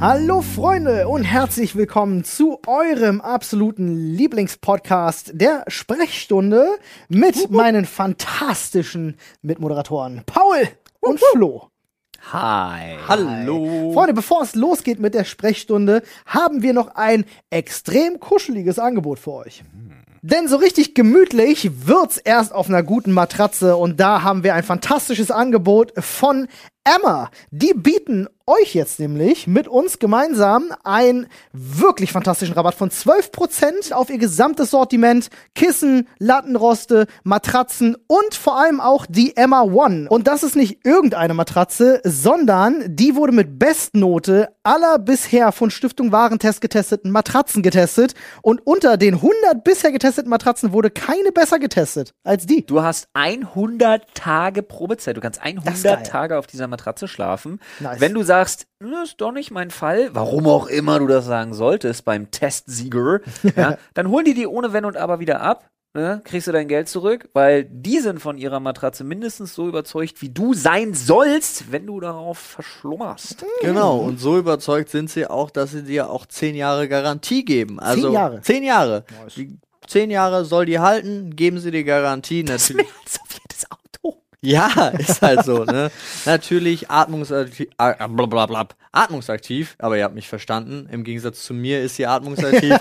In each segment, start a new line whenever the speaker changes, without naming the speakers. Hallo Freunde und herzlich willkommen zu eurem absoluten Lieblingspodcast der Sprechstunde mit meinen fantastischen Mitmoderatoren Paul und Flo.
Hi.
Hallo. Freunde, bevor es losgeht mit der Sprechstunde, haben wir noch ein extrem kuscheliges Angebot für euch. Denn so richtig gemütlich wird's erst auf einer guten Matratze und da haben wir ein fantastisches Angebot von Emma. Die bieten euch jetzt nämlich mit uns gemeinsam einen wirklich fantastischen Rabatt von 12% auf ihr gesamtes Sortiment, Kissen, Lattenroste, Matratzen und vor allem auch die Emma One. Und das ist nicht irgendeine Matratze, sondern die wurde mit Bestnote aller bisher von Stiftung Warentest getesteten Matratzen getestet und unter den 100 bisher getesteten Matratzen wurde keine besser getestet als die.
Du hast 100 Tage Probezeit. Du kannst
ist geil.
100 Tage auf dieser Matratze schlafen.
Nice.
Wenn du sagst, "Nö, ist doch nicht mein Fall, warum auch immer du das sagen solltest beim Testsieger, ja, dann holen die die ohne Wenn und Aber wieder ab. Ne, kriegst du dein Geld zurück, weil die sind von ihrer Matratze mindestens so überzeugt, wie du sein sollst, wenn du darauf verschlummerst.
Mhm.
Genau, und so überzeugt sind sie auch, dass sie dir auch zehn Jahre Garantie geben. Also
Jahre?
Zehn Jahre. Die zehn Jahre soll die halten, geben sie die Garantie natürlich.
als auf jedes Auto.
Ja, ist halt so, ne? Natürlich atmungsaktiv, äh, blablabla, atmungsaktiv, aber ihr habt mich verstanden. Im Gegensatz zu mir ist sie atmungsaktiv.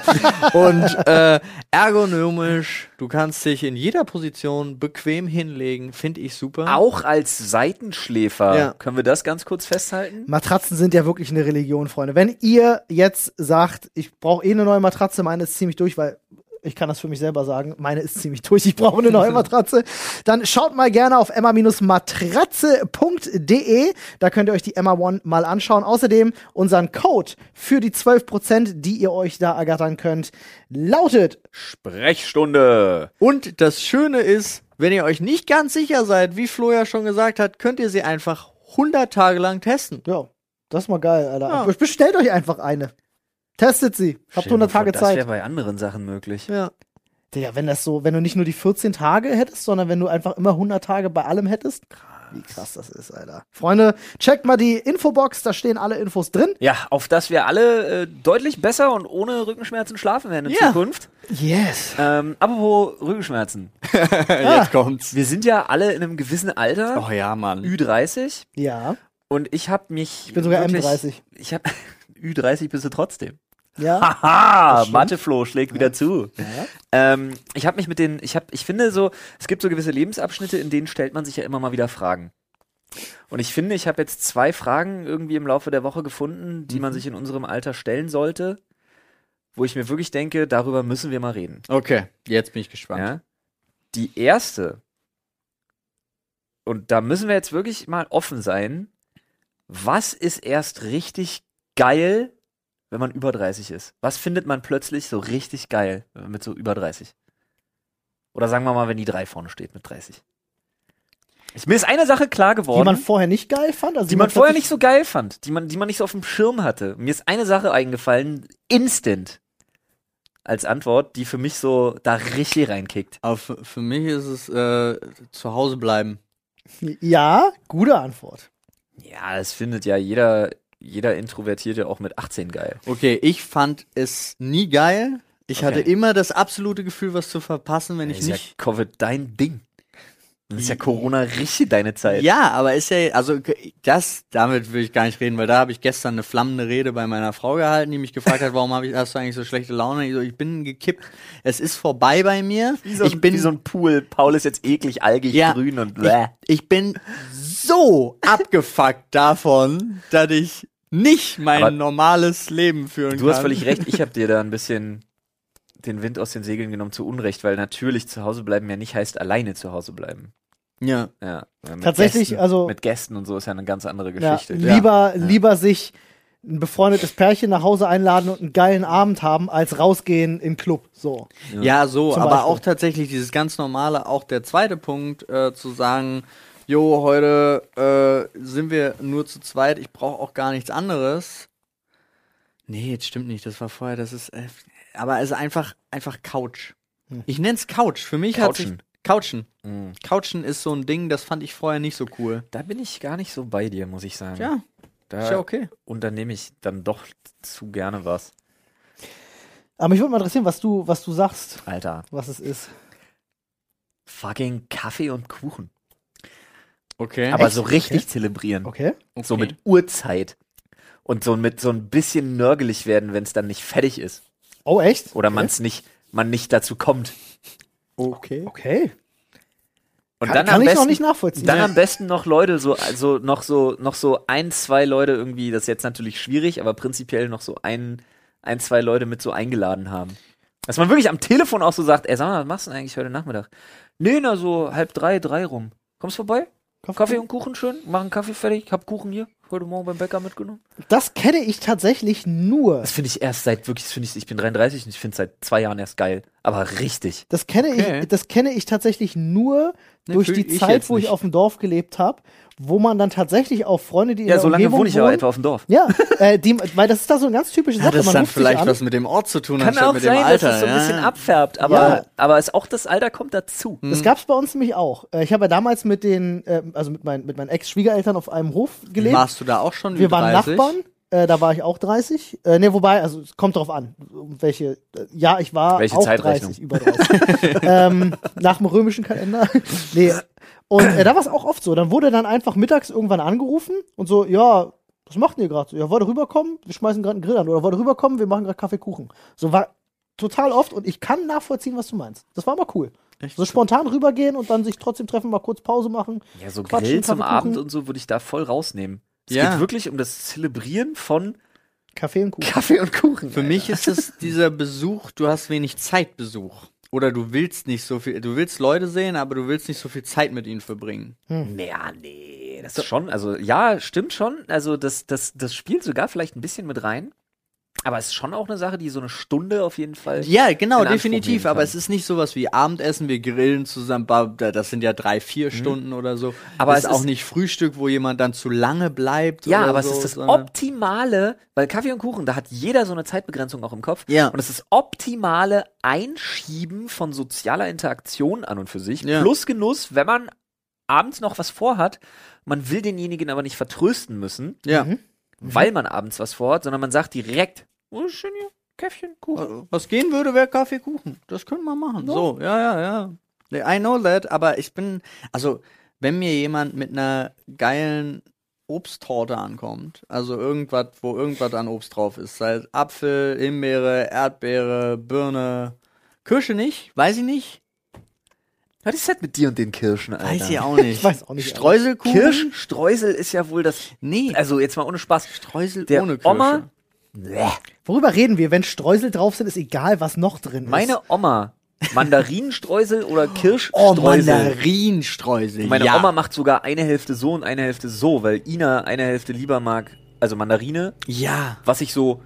Und äh, ergonomisch, du kannst dich in jeder Position bequem hinlegen, finde ich super.
Auch als Seitenschläfer.
Ja.
Können wir das ganz kurz festhalten?
Matratzen sind ja wirklich eine Religion, Freunde. Wenn ihr jetzt sagt, ich brauche eh eine neue Matratze, meine ist ziemlich durch, weil ich kann das für mich selber sagen, meine ist ziemlich durch, ich brauche eine neue Matratze, dann schaut mal gerne auf emma-matratze.de, da könnt ihr euch die Emma One mal anschauen. Außerdem unseren Code für die 12%, die ihr euch da ergattern könnt, lautet
Sprechstunde.
Und das Schöne ist, wenn ihr euch nicht ganz sicher seid, wie Flo ja schon gesagt hat, könnt ihr sie einfach 100 Tage lang testen.
ja, das ist mal geil, Alter.
Ja.
Bestellt euch einfach eine. Testet sie. Habt 100 Tage
Das
Zeit.
wäre bei anderen Sachen möglich.
Ja.
Digga, wenn das so, wenn du nicht nur die 14 Tage hättest, sondern wenn du einfach immer 100 Tage bei allem hättest. Wie krass das ist, Alter. Freunde, checkt mal die Infobox, da stehen alle Infos drin.
Ja, auf dass wir alle äh, deutlich besser und ohne Rückenschmerzen schlafen werden in
Ja.
Zukunft.
Yes.
Ähm, apropos Rückenschmerzen.
Jetzt kommt's.
Wir sind ja alle in einem gewissen Alter.
Oh Ah. ja, Mann.
Ü30.
Ja.
Und ich habe mich. Ich
bin sogar M30.
Ich habe. Ü30 bist du trotzdem.
Ja.
Haha,
stimmt.
Matheflo schlägt wieder zu. Ähm, ich habe mich mit den, ich habe, ich finde so, es gibt so gewisse Lebensabschnitte, in denen stellt man sich ja immer mal wieder Fragen. Und ich finde, ich habe jetzt zwei Fragen irgendwie im Laufe der Woche gefunden, die man sich in unserem Alter stellen sollte, wo ich mir wirklich denke, darüber müssen wir mal reden.
Okay, jetzt bin ich gespannt.
Ja? Die erste, und da müssen wir jetzt wirklich mal offen sein, was ist erst richtig geil, wenn man über 30 ist? Was findet man plötzlich so richtig geil mit so über 30? Oder sagen wir mal, wenn die 3 vorne steht mit 30. Ich, mir ist eine Sache klar geworden
Die man vorher nicht geil fand. Also
die man vorher
plötzlich-
nicht so geil fand, die man, die man nicht so auf dem Schirm hatte. Mir ist eine Sache eingefallen, instant, als Antwort, die für mich so da richtig reinkickt.
Aber für, für mich ist es äh, zu Hause bleiben.
Ja, gute Antwort.
Ja, das findet ja jeder, jeder Introvertierte auch mit 18 geil.
Okay, ich fand es nie geil. Ich
Okay.
hatte immer das absolute Gefühl, was zu verpassen, wenn ich
ist ja
nicht.
Covid dein Ding. Das ist ja Corona richtig deine Zeit.
Ja, aber ist ja, also das, damit will ich gar nicht reden, weil da habe ich gestern eine flammende Rede bei meiner Frau gehalten, die mich gefragt hat, warum habe ich, hast du eigentlich so schlechte Laune? Ich, so, ich bin gekippt, es ist vorbei bei mir.
Wie so,
ich bin
wie so ein Pool. Paul ist jetzt eklig, algig,
Ja.
grün und
ich,
bläh.
ich bin so abgefuckt davon, dass ich nicht mein
Aber
normales Leben führen
Du
kann.
hast völlig recht, ich habe dir da ein bisschen den Wind aus den Segeln genommen zu Unrecht, weil natürlich zu Hause bleiben ja nicht heißt alleine zu Hause bleiben.
Ja.
Ja, äh, mit
Tatsächlich,
Gästen,
also-
mit Gästen und so ist ja eine ganz andere
Ja,
Geschichte. Ja,
lieber, lieber sich ein befreundetes Pärchen nach Hause einladen und einen geilen Abend haben, als rausgehen in den Club. So.
Ja, so,
Zum
aber
Beispiel.
auch tatsächlich dieses ganz normale, auch der zweite Punkt, äh, zu sagen, jo, heute äh, sind wir nur zu zweit, ich brauche auch gar nichts anderes. Nee, jetzt stimmt nicht, das war vorher, das ist, äh, aber es ist einfach, einfach Couch. Ich nenn's Couch, für mich hat sich,
Couchen.
Couchen.
Mhm.
Couchen ist so ein Ding, das fand ich vorher nicht so cool.
Da bin ich gar nicht so bei dir, muss ich sagen.
Ja.
Da
Ist ja okay.
unternehme ich dann doch zu gerne was.
Aber mich würde mal interessieren, was du, was du sagst,
Alter.
was es ist.
Fucking Kaffee und Kuchen.
Okay.
Aber
Echt?
so richtig zelebrieren.
Okay.
So mit Uhrzeit. Und so mit so ein bisschen nörgelig werden, wenn es dann nicht fertig ist.
Oh, echt?
Oder man's nicht, man nicht dazu kommt.
Okay.
Oh.
Okay.
Und
Kann,
dann
kann
am
ich
besten,
noch nicht nachvollziehen.
Dann am besten noch Leute, so, also noch so, noch so ein, zwei Leute irgendwie, das ist jetzt natürlich schwierig, aber prinzipiell noch so ein, ein, zwei Leute mit so eingeladen haben. Dass man wirklich am Telefon auch so sagt, ey, sag mal, was machst du denn eigentlich heute Nachmittag? Nee, na so halb drei, drei rum. Kommst vorbei? Kaffee und Kuchen schön, mach einen Kaffee fertig, ich hab Kuchen hier, heute Morgen beim Bäcker mitgenommen.
Das kenne ich tatsächlich nur.
Das finde ich erst seit, wirklich, das finde ich, ich bin 33 und ich finde es seit zwei Jahren erst geil. Aber richtig.
Das kenne
Okay.
ich, das kenne ich tatsächlich nur
Nee,
durch
fühl
die
ich
Zeit,
jetzt
wo ich
nicht.
auf dem Dorf gelebt habe, wo man dann tatsächlich auch Freunde, die in
Ja,
der
so lange
Umgebung
wohne ich
wohnen,
aber etwa auf dem Dorf.
Ja, äh, die, weil das ist da so ein ganz typisches
Hat
Sache.
das
Man
dann
ruft sich
vielleicht
an.
was mit dem Ort zu tun,
Kann
anstatt
auch
mit
sein,
dem Alter?
dass es so ein
ja.
bisschen abfärbt, aber,
Ja.
aber ist auch das Alter kommt dazu.
hm.
Das gab es bei uns nämlich auch. Äh, Ich habe ja damals mit den, äh, also mit meinen, mit meinen Ex-Schwiegereltern auf einem Hof gelebt.
Warst du da auch schon
Wir
über
waren
30?
Nachbarn. Äh, da war ich auch 30. Äh, ne, wobei, also es kommt drauf an, um welche. Äh, ja, ich war
Welche
auch
Zeitrechnung?
30, über 30. ähm, nach dem römischen Kalender. nee. Und äh, da war es auch oft so. Dann wurde dann einfach mittags irgendwann angerufen und so, ja, was macht denn ihr gerade? So, Ja, wollt ihr rüberkommen? Wir schmeißen gerade einen Grill an. Oder wollt ihr rüberkommen? Wir machen gerade Kaffeekuchen. So war total oft und ich kann nachvollziehen, was du meinst. Das war immer cool.
Echt?
So spontan rübergehen und dann sich trotzdem treffen, mal kurz Pause machen.
Ja, so
Quatschen,
Grill zum
Kaffee
Abend
kochen.
und so würde ich da voll rausnehmen. Es
Ja.
geht wirklich um das Zelebrieren von
Kaffee und Kuchen.
Kaffee und Kuchen.
Für mich ist es dieser Besuch, du hast wenig Zeitbesuch. Oder du willst nicht so viel, du willst Leute sehen, aber du willst nicht so viel Zeit mit ihnen verbringen.
Ja, nee, das ist schon, also ja, stimmt schon. Also das, das, das spielt sogar vielleicht ein bisschen mit rein. Aber es ist schon auch eine Sache, die so eine Stunde auf jeden Fall.
Ja, genau,
in Anspruch nehmen
definitiv.
kann.
Aber es ist nicht sowas wie Abendessen, wir grillen zusammen. ba- da- Das sind ja drei, vier Stunden oder so.
Aber
Mhm. es
es
ist auch
ist-
nicht Frühstück, wo jemand dann zu lange bleibt.
Ja,
oder
aber
so,
es ist das
sondern-
Optimale, weil Kaffee und Kuchen, da hat jeder so eine Zeitbegrenzung auch im Kopf.
Ja.
Und es ist optimale Einschieben von sozialer Interaktion an und für sich.
Ja.
Plus Genuss, wenn man abends noch was vorhat. Man will denjenigen aber nicht vertrösten müssen,
Ja.
weil man abends was vorhat, sondern man sagt direkt, oh, schön hier, Käffchen, Kuchen.
Was gehen würde, wäre Kaffee, Kuchen. Das können wir machen. So, ja, ja, ja. Nee, I know that, aber ich bin, also, wenn mir jemand mit einer geilen Obsttorte ankommt, also irgendwas, wo irgendwas an Obst drauf ist, sei es Apfel, Himbeere, Erdbeere, Birne, Kirsche nicht, weiß ich nicht,
Was ist das mit dir und den Kirschen, Alter?
weiß ich auch nicht.
Ich weiß auch nicht.
Streuselkuchen?
Kirschstreusel ist ja wohl das,
Nee,
also jetzt mal ohne Spaß,
Streusel
der
ohne Kirsche.
Oma, Bleh.
Worüber reden wir? Wenn Streusel drauf sind, ist egal, was noch drin ist.
meine Oma, Mandarinenstreusel oder
Oh,
Kirschstreusel?
Mandarinstreusel.
Meine
ja.
Oma macht sogar eine Hälfte so und eine Hälfte so, weil Ina eine Hälfte lieber mag, also Mandarine,
Ja.
was ich so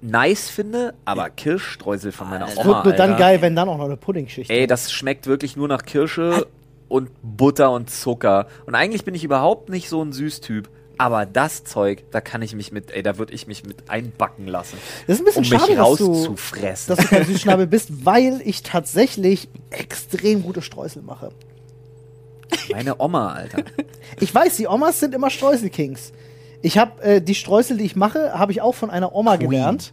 nice finde, aber Kirschstreusel von meiner
Alter.
Oma.
Wird nur dann
Alter.
geil, wenn dann auch noch eine Puddingschicht.
Ey, das schmeckt wirklich nur nach Kirsche und Butter und Zucker. Und eigentlich bin ich überhaupt nicht so ein Süßtyp. Aber das Zeug, da kann ich mich mit, ey, da würde ich mich mit einbacken lassen.
Das ist ein bisschen
um mich
schade, dass du,
rauszufressen.
dass du kein Süßschnabel bist, weil ich tatsächlich extrem gute Streusel mache.
Meine Oma, Alter.
Ich weiß, die Omas sind immer Streuselkings. Ich habe äh, die Streusel, die ich mache, habe ich auch von einer Oma gelernt.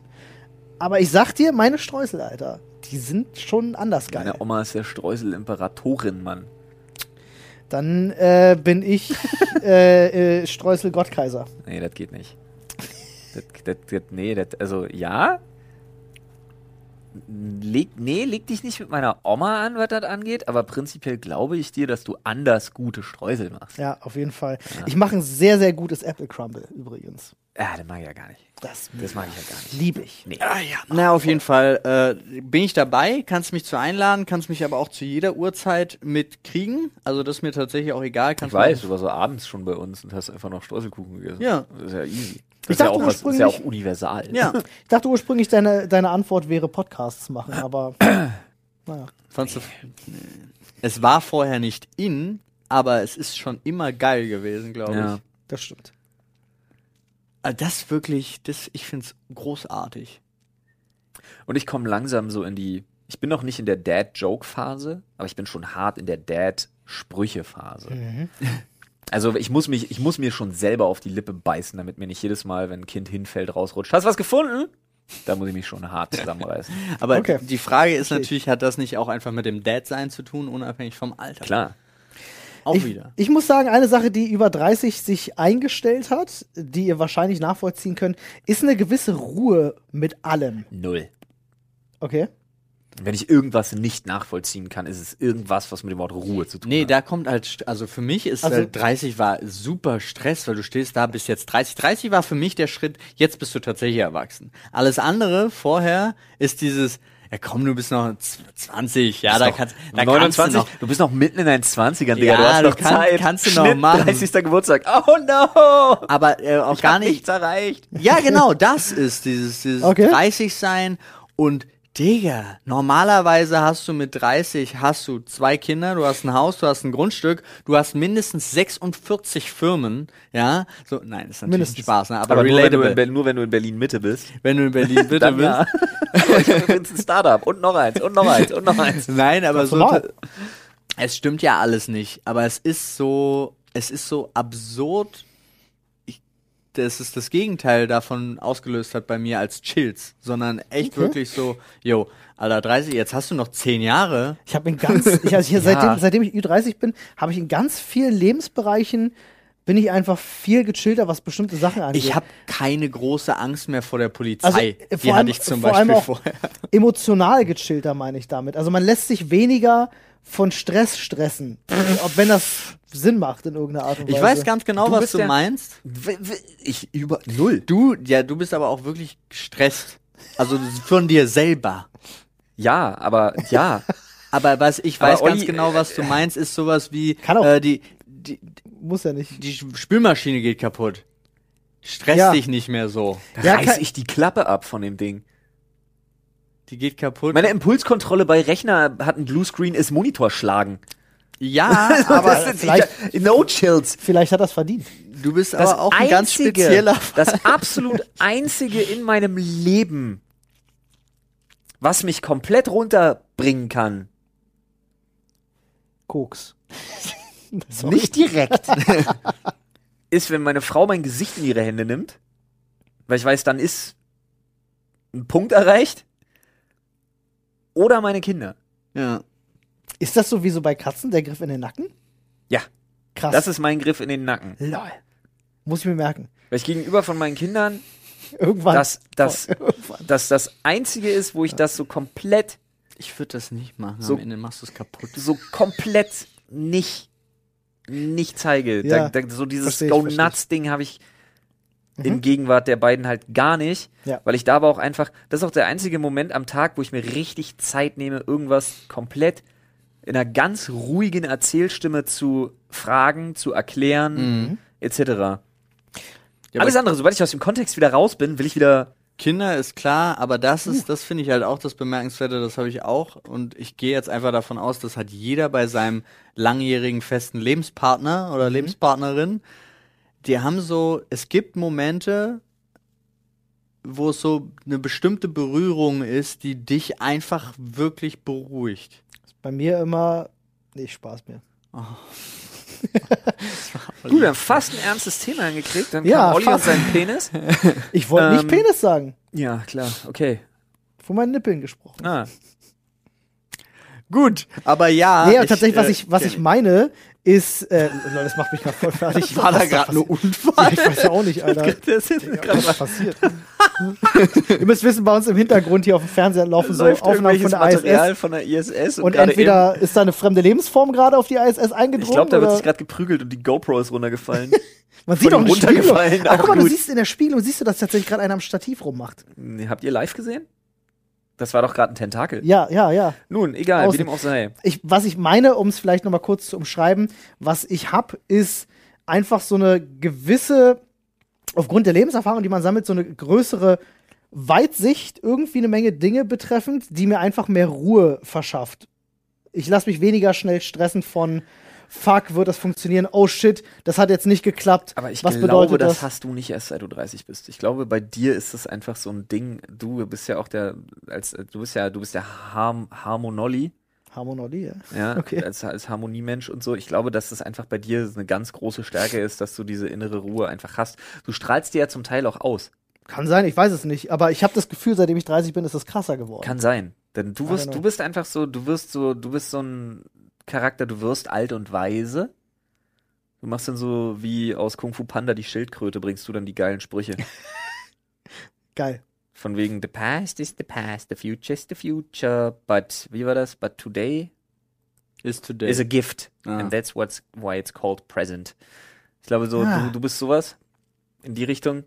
Aber ich sag dir, meine Streusel, Alter, die sind schon anders geil.
Meine Oma ist ja Streusel-Imperatorin, Mann.
Dann äh, bin ich äh, äh, Streusel-Gottkaiser.
Nee, das geht nicht. Das, das, das, nee, das, also ja. Leg, nee, leg dich nicht mit meiner Oma an, was das angeht, aber prinzipiell glaube ich dir, dass du anders gute Streusel machst.
Ja, auf jeden Fall. Ich mache ein sehr, sehr gutes Apple Crumble übrigens.
Ja, das mag ich ja gar nicht.
Das,
Das mag ich ja gar nicht.
liebe ich.
Nee.
Ah, ja, Na, auf jeden Fall äh, bin ich dabei, kannst mich zu einladen, kannst mich aber auch zu jeder Uhrzeit mitkriegen. Also das ist mir tatsächlich auch egal.
Ich
Kannst
weiß, du warst so abends schon bei uns und hast einfach noch Streuselkuchen gegessen.
Ja.
Das ist ja easy. Das
Ich
ist ja
dachte
auch, was, das ist ja auch
ursprünglich-
universal.
Mal, ja,
Ich dachte ursprünglich, deine, deine Antwort wäre Podcasts machen, aber naja.
fandst du... Nee. Es war vorher nicht in, aber es ist schon immer geil gewesen, glaube
Ja.
ich.
Das stimmt.
Also das wirklich, das, ich finde es großartig.
Und ich komme langsam so in die. Ich bin noch nicht in der
Hm.
Dad-Joke-Phase, aber ich bin schon hart in der Dad-Sprüche-Phase. Also ich muss mich, ich muss mir schon selber auf die Lippe beißen, damit mir nicht jedes Mal, wenn ein Kind hinfällt, rausrutscht. Hast du was gefunden? Da muss ich mich schon hart zusammenreißen.
Aber
Okay.
die Frage ist natürlich, hat das nicht auch einfach mit dem Dad-Sein zu tun, unabhängig vom Alter?
Klar.
Auch
ich,
wieder.
Ich muss sagen, eine Sache, die über 30 sich eingestellt hat, die ihr wahrscheinlich nachvollziehen könnt, ist eine gewisse Ruhe mit allem.
Null.
Okay?
Wenn ich irgendwas nicht nachvollziehen kann, ist es irgendwas, was mit dem Wort Ruhe zu tun
Nee,
hat.
da kommt halt, st- also für mich ist
Also-
äh, 30 war super Stress, weil du stehst da bis jetzt 30. 30 war für mich der Schritt, jetzt bist du tatsächlich erwachsen. Alles andere vorher ist dieses, ja komm, du bist noch z- 20, ja,
Bist
da
noch
kannst, da
29,
kannst du noch.
du bist noch mitten in deinen 20ern, Digga.
Ja,
du hast
du
noch
kann-
Zeit.
kannst du noch
Schnitt,
machen.
30. Geburtstag. Oh no!
Aber äh, auch
Ich
gar
hab
nicht,
nichts erreicht.
Ja, genau, das ist dieses, dieses
Okay.
30 sein und Digga, normalerweise hast du mit 30 hast du zwei Kinder, du hast ein Haus, du hast ein Grundstück, du hast mindestens 46 Firmen, ja? So, nein, ist natürlich
Mindestens.
ein Spaß, ne? aber,
Aber nur wenn, du in,
relatable.
Ber- nur wenn du in Berlin Mitte bist.
Wenn du in Berlin bitte
Dann
bist.
ja. ich habe übrigens ein Startup und noch eins und noch eins und noch eins.
Nein, aber
Ganz
so
normal.
es stimmt ja alles nicht, aber es ist so, es ist so absurd, ich, dass es das Gegenteil davon ausgelöst hat bei mir als Chills, sondern echt
Okay.
wirklich so, yo, Alter, 30, jetzt hast du noch 10 Jahre.
Ich habe in ganz, ich, also hier,
Ja.
seitdem, seitdem ich Ü30 bin, habe ich in ganz vielen Lebensbereichen bin ich einfach viel gechillter, was bestimmte Sachen angeht.
Ich habe keine große Angst mehr vor der Polizei.
Also, äh, vor
Die
allem-
hatte ich zum
vor allem
Beispiel
auch-
vorher.
emotional gechillter, meine ich damit. Also man lässt sich weniger von Stress stressen, ob wenn das Sinn macht in irgendeiner Art und Weise.
Ich weiß ganz genau,
Du
was
bist
du
ja-
meinst.
W- w- Ich über null.
Du, ja, du bist aber auch wirklich gestresst. Also von dir selber.
Ja, aber ja.
Aber was ich
Aber
weiß ganz
Olli, äh,
genau, was du meinst, ist sowas wie
Kann auch-
äh, die, die,
muss ja nicht.
die Sch- Spülmaschine geht kaputt. Stress
Ja.
dich nicht mehr so.
Ja,
reiß
kann-
ich die Klappe ab von dem Ding.
Die geht kaputt.
Meine Impulskontrolle bei Rechner hat einen Bluescreen, ist Monitor schlagen.
ja, aber
ist- vielleicht-
no chills.
Vielleicht hat das verdient.
du bist aber auch ein ganz spezieller.
das absolut einzige in meinem Leben, was mich komplett runterbringen kann.
Koks. Sorry.
Nicht direkt. ist, wenn meine Frau mein Gesicht in ihre Hände nimmt, weil ich weiß, dann ist ein Punkt erreicht. Oder meine Kinder.
Ja.
Ist das so wie so bei Katzen, der Griff in den Nacken?
Ja.
Krass.
Das ist mein Griff in den Nacken.
Lol. Muss ich mir merken.
Weil ich gegenüber von meinen Kindern
Irgendwann.
das, das, das, das Einzige ist, wo ich das so komplett,
Ich würde das nicht machen.
So-
Am Ende machst du es kaputt.
so komplett nicht, nicht zeige.
Ja.
Da, da, so dieses
Versteh ich,
Go
versteh ich. Mhm.
Nuts Ding habe ich in Gegenwart der beiden halt gar nicht.
Ja.
Weil ich da aber auch einfach, das ist auch der einzige Moment am Tag, wo ich mir richtig Zeit nehme, irgendwas komplett in einer ganz ruhigen Erzählstimme zu fragen, zu erklären,
Mhm.
etc.
Ja,
Alles
aber
andere, sobald ich aus dem Kontext wieder raus bin, will ich wieder
Kinder ist klar, aber das ist, das finde ich halt auch das Bemerkenswerte, das habe ich auch. Und ich gehe jetzt einfach davon aus, das hat jeder bei seinem langjährigen festen Lebenspartner
Mhm.
oder Lebenspartnerin. Die haben so, es gibt Momente, wo es so eine bestimmte Berührung ist, die dich einfach wirklich beruhigt.
Bei mir immer. Nee, Spaß mir.
Gut, wir haben fast ein ernstes Thema angekriegt. Dann
Ja,
kam Olli
fast.
und seinen Penis.
Ich wollte
Ähm.
nicht Penis sagen.
Ja, klar, okay.
Von meinen Nippeln gesprochen.
Ah.
Gut, aber ja.
nee, aber tatsächlich, was
äh,
ich, was ich meine, ist. Äh, Leute, das macht mich gerade voll fertig.
war da
Was
gerade nur
passiert?
Unfall.
Ich weiß ja auch nicht, Alter.
Das ist
Was ist passiert? Ihr müsst wissen, bei uns im Hintergrund hier auf dem Fernseher laufen so
läuft
Aufnahmen
irgendwelches
von der
Material
ISS.
von der ISS und,
Und
gerade
entweder ist da eine fremde Lebensform gerade auf die ISS
eben,
eingedrungen.
ich glaube, da wird
oder-
sich gerade geprügelt und die GoPro ist runtergefallen.
Man sieht
von
doch eine
ihm runtergefallen,
Spiegelung. Aber
aber
guck mal, du
gut.
siehst in der Spiegelung, siehst du, dass tatsächlich gerade einer am Stativ rummacht.
Nee, Hm, Habt ihr live gesehen? Das war doch gerade ein Tentakel.
Ja, ja, ja.
Nun, egal,
Außen.
wie dem auch sei.
Ich, was ich meine, um es vielleicht nochmal kurz zu umschreiben, was ich hab, ist einfach so eine gewisse, aufgrund der Lebenserfahrung, die man sammelt, so eine größere Weitsicht, irgendwie eine Menge Dinge betreffend, die mir einfach mehr Ruhe verschafft. Ich lasse mich weniger schnell stressen von Fuck, wird das funktionieren? Oh shit, das hat jetzt nicht geklappt.
Aber ich
Was
glaube,
bedeutet
das?
das?
hast du nicht erst seit du 30 bist. Ich glaube, bei dir ist das einfach so ein Ding. Du bist ja auch der, als du bist ja, du bist ja Harm, Harmonolli.
Harmonie, ja.
Ja,
Okay.
als, als Harmoniemensch und so. Ich glaube, dass das einfach bei dir eine ganz große Stärke ist, dass du diese innere Ruhe einfach hast. Du strahlst die ja zum Teil auch aus.
Kann sein, ich weiß es nicht. Aber ich habe das Gefühl, seitdem ich 30 bin, ist das krasser geworden.
Kann sein. Denn du
I don't
wirst,
know.
du bist einfach so, du wirst so, du bist so ein Charakter, du wirst alt und weise. Du machst dann so wie aus Kung Fu Panda die Schildkröte, bringst du dann die geilen Sprüche.
Geil.
Von wegen, the past is the past, the future is the future, but, wie war das? But today
Ist today.
is a gift.
Ah.
And that's what's why it's called present. Ich glaube so,
Ah.
du, du bist sowas in die Richtung.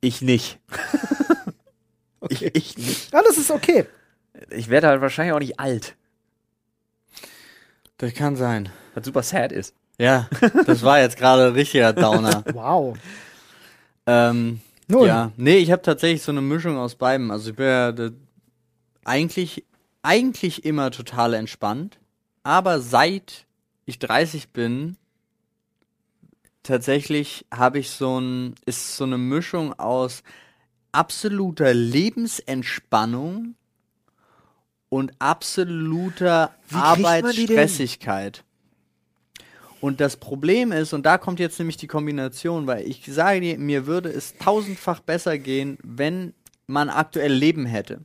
Ich nicht.
Okay.
Ich, ich nicht.
Ah, das ist okay.
Ich werde halt wahrscheinlich auch nicht alt.
das kann sein.
Was super sad ist.
Ja, das war jetzt gerade ein richtiger Downer.
Wow.
ähm,
Nun,
Ja, nee, ich habe tatsächlich so eine Mischung aus beidem. Also ich bin ja da- eigentlich, eigentlich immer total entspannt, aber seit ich 30 bin, tatsächlich habe ich so ein, ist so eine Mischung aus absoluter Lebensentspannung und absoluter
kriegt man die denn?
Arbeitsstressigkeit. Und das Problem ist, und da kommt jetzt nämlich die Kombination, weil ich sage dir, mir würde es tausendfach besser gehen, wenn man aktuell Leben hätte.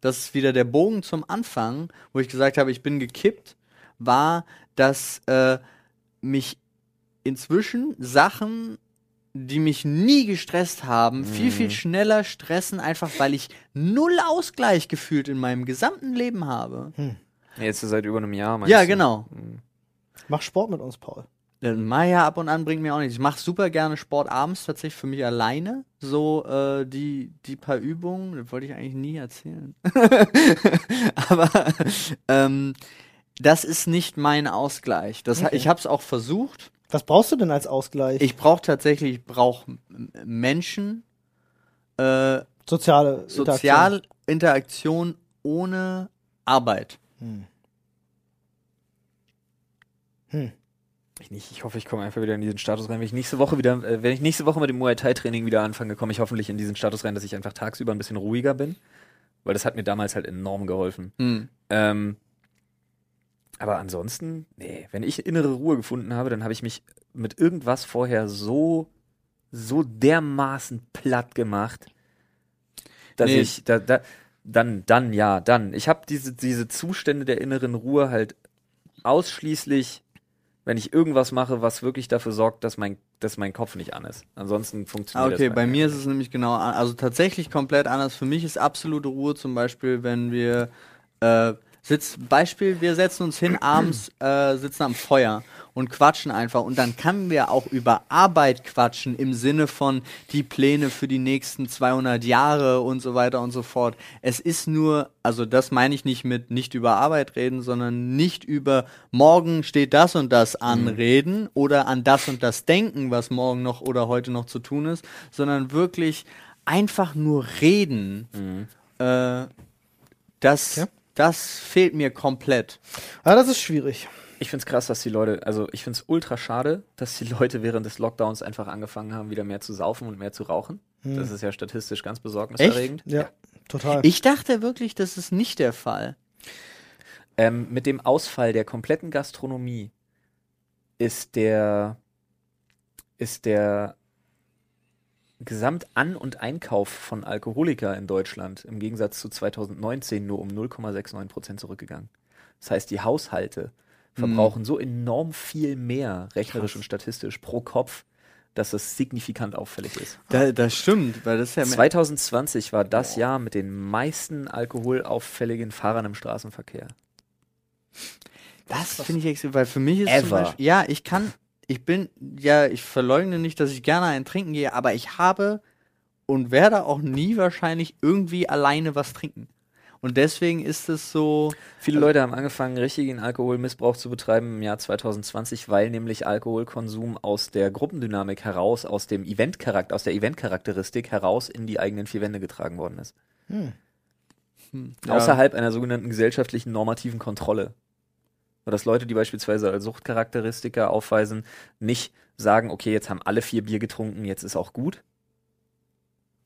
Das ist wieder der Bogen zum Anfang, wo ich gesagt habe, ich bin gekippt, war, dass äh, mich inzwischen Sachen, die mich nie gestresst haben, viel, viel schneller stressen, einfach weil ich null Ausgleich gefühlt in meinem gesamten Leben habe.
Nee, Jetzt seit über einem Jahr. meinst
Ja,
du? Hm.
genau.
mach Sport mit uns, Paul.
Denn Maya ab und an bringt mir auch nichts. Ich mache super gerne Sport abends tatsächlich für mich alleine. So äh, die, die paar Übungen, das wollte ich eigentlich nie erzählen. Aber ähm, das ist nicht mein Ausgleich. Das, ha-
Okay.
Ich habe es auch versucht.
Was brauchst du denn als Ausgleich?
Ich brauche tatsächlich, ich brauche Menschen, äh,
Soziale Interaktion.
sozial Interaktion ohne Arbeit.
Hm. Hm.
Ich, nicht. ich hoffe, ich komme einfach wieder in diesen Status rein. Wenn ich nächste Woche wieder, äh, wenn ich nächste Woche mit dem Muay Thai Training wieder anfange, komme ich hoffentlich in diesen Status rein, dass ich einfach tagsüber ein bisschen ruhiger bin. Weil das hat mir damals halt enorm geholfen.
Hm.
Ähm, aber ansonsten, nee, wenn ich innere Ruhe gefunden habe, dann habe ich mich mit irgendwas vorher so, so dermaßen platt gemacht, dass
Nee.
ich, da, da, dann, dann, ja, dann. Ich habe diese, diese Zustände der inneren Ruhe halt ausschließlich, wenn ich irgendwas mache, was wirklich dafür sorgt, dass mein, dass mein Kopf nicht an ist. Ansonsten
Ah,
funktioniert
okay,
das
bei mir ist es nämlich genau, an- also tatsächlich komplett anders. Für mich ist absolute Ruhe zum Beispiel, wenn wir äh, sitzen, Beispiel, wir setzen uns hin abends, äh, sitzen am Feuer und quatschen einfach und dann können wir auch über Arbeit quatschen im Sinne von die Pläne für die nächsten 200 Jahre und so weiter und so fort. Es ist nur, also das meine ich nicht mit nicht über Arbeit reden, sondern nicht über morgen steht das und das an reden oder an das und das denken, was morgen noch oder heute noch zu tun ist, sondern wirklich einfach nur reden. Äh, das,
Ja.
das fehlt mir komplett.
Ah, das ist schwierig.
Ich find's krass, dass die Leute, also ich find's ultra schade, dass die Leute während des Lockdowns einfach angefangen haben, wieder mehr zu saufen und mehr zu rauchen. Das ist ja statistisch ganz besorgniserregend.
Hm. Mhm. Ja, total.
Ich dachte wirklich, das ist nicht der Fall.
Ähm, mit dem Ausfall der kompletten Gastronomie ist der ist der Gesamtan- und Einkauf von Alkoholiker in Deutschland im Gegensatz zu 2019 nur um 0,69 Prozent zurückgegangen. Das heißt, die Haushalte verbrauchen so enorm viel mehr, rechnerisch und statistisch, pro Kopf, dass das signifikant auffällig ist.
Da, das stimmt, weil das ist ja
2020 war das Jahr mit den meisten alkoholauffälligen Fahrern im Straßenverkehr.
Das finde ich extrem, weil für mich ist zum
Ever.
Beispiel, ja, ich kann, ich bin, ja, ich verleugne nicht, dass ich gerne einen trinken gehe, aber ich habe und werde auch nie wahrscheinlich irgendwie alleine was trinken. Und deswegen ist es so,
Viele Leute haben angefangen, richtigen Alkoholmissbrauch zu betreiben im Jahr 2020, weil nämlich Alkoholkonsum aus der Gruppendynamik heraus, aus dem Eventcharakter, aus der Eventcharakteristik heraus in die eigenen vier Wände getragen worden ist.
Hm.
hm, ja,
Außerhalb einer sogenannten gesellschaftlichen normativen Kontrolle. Und dass Leute, die beispielsweise als Suchtcharakteristiker aufweisen, nicht sagen, okay, jetzt haben alle vier Bier getrunken, jetzt ist auch gut,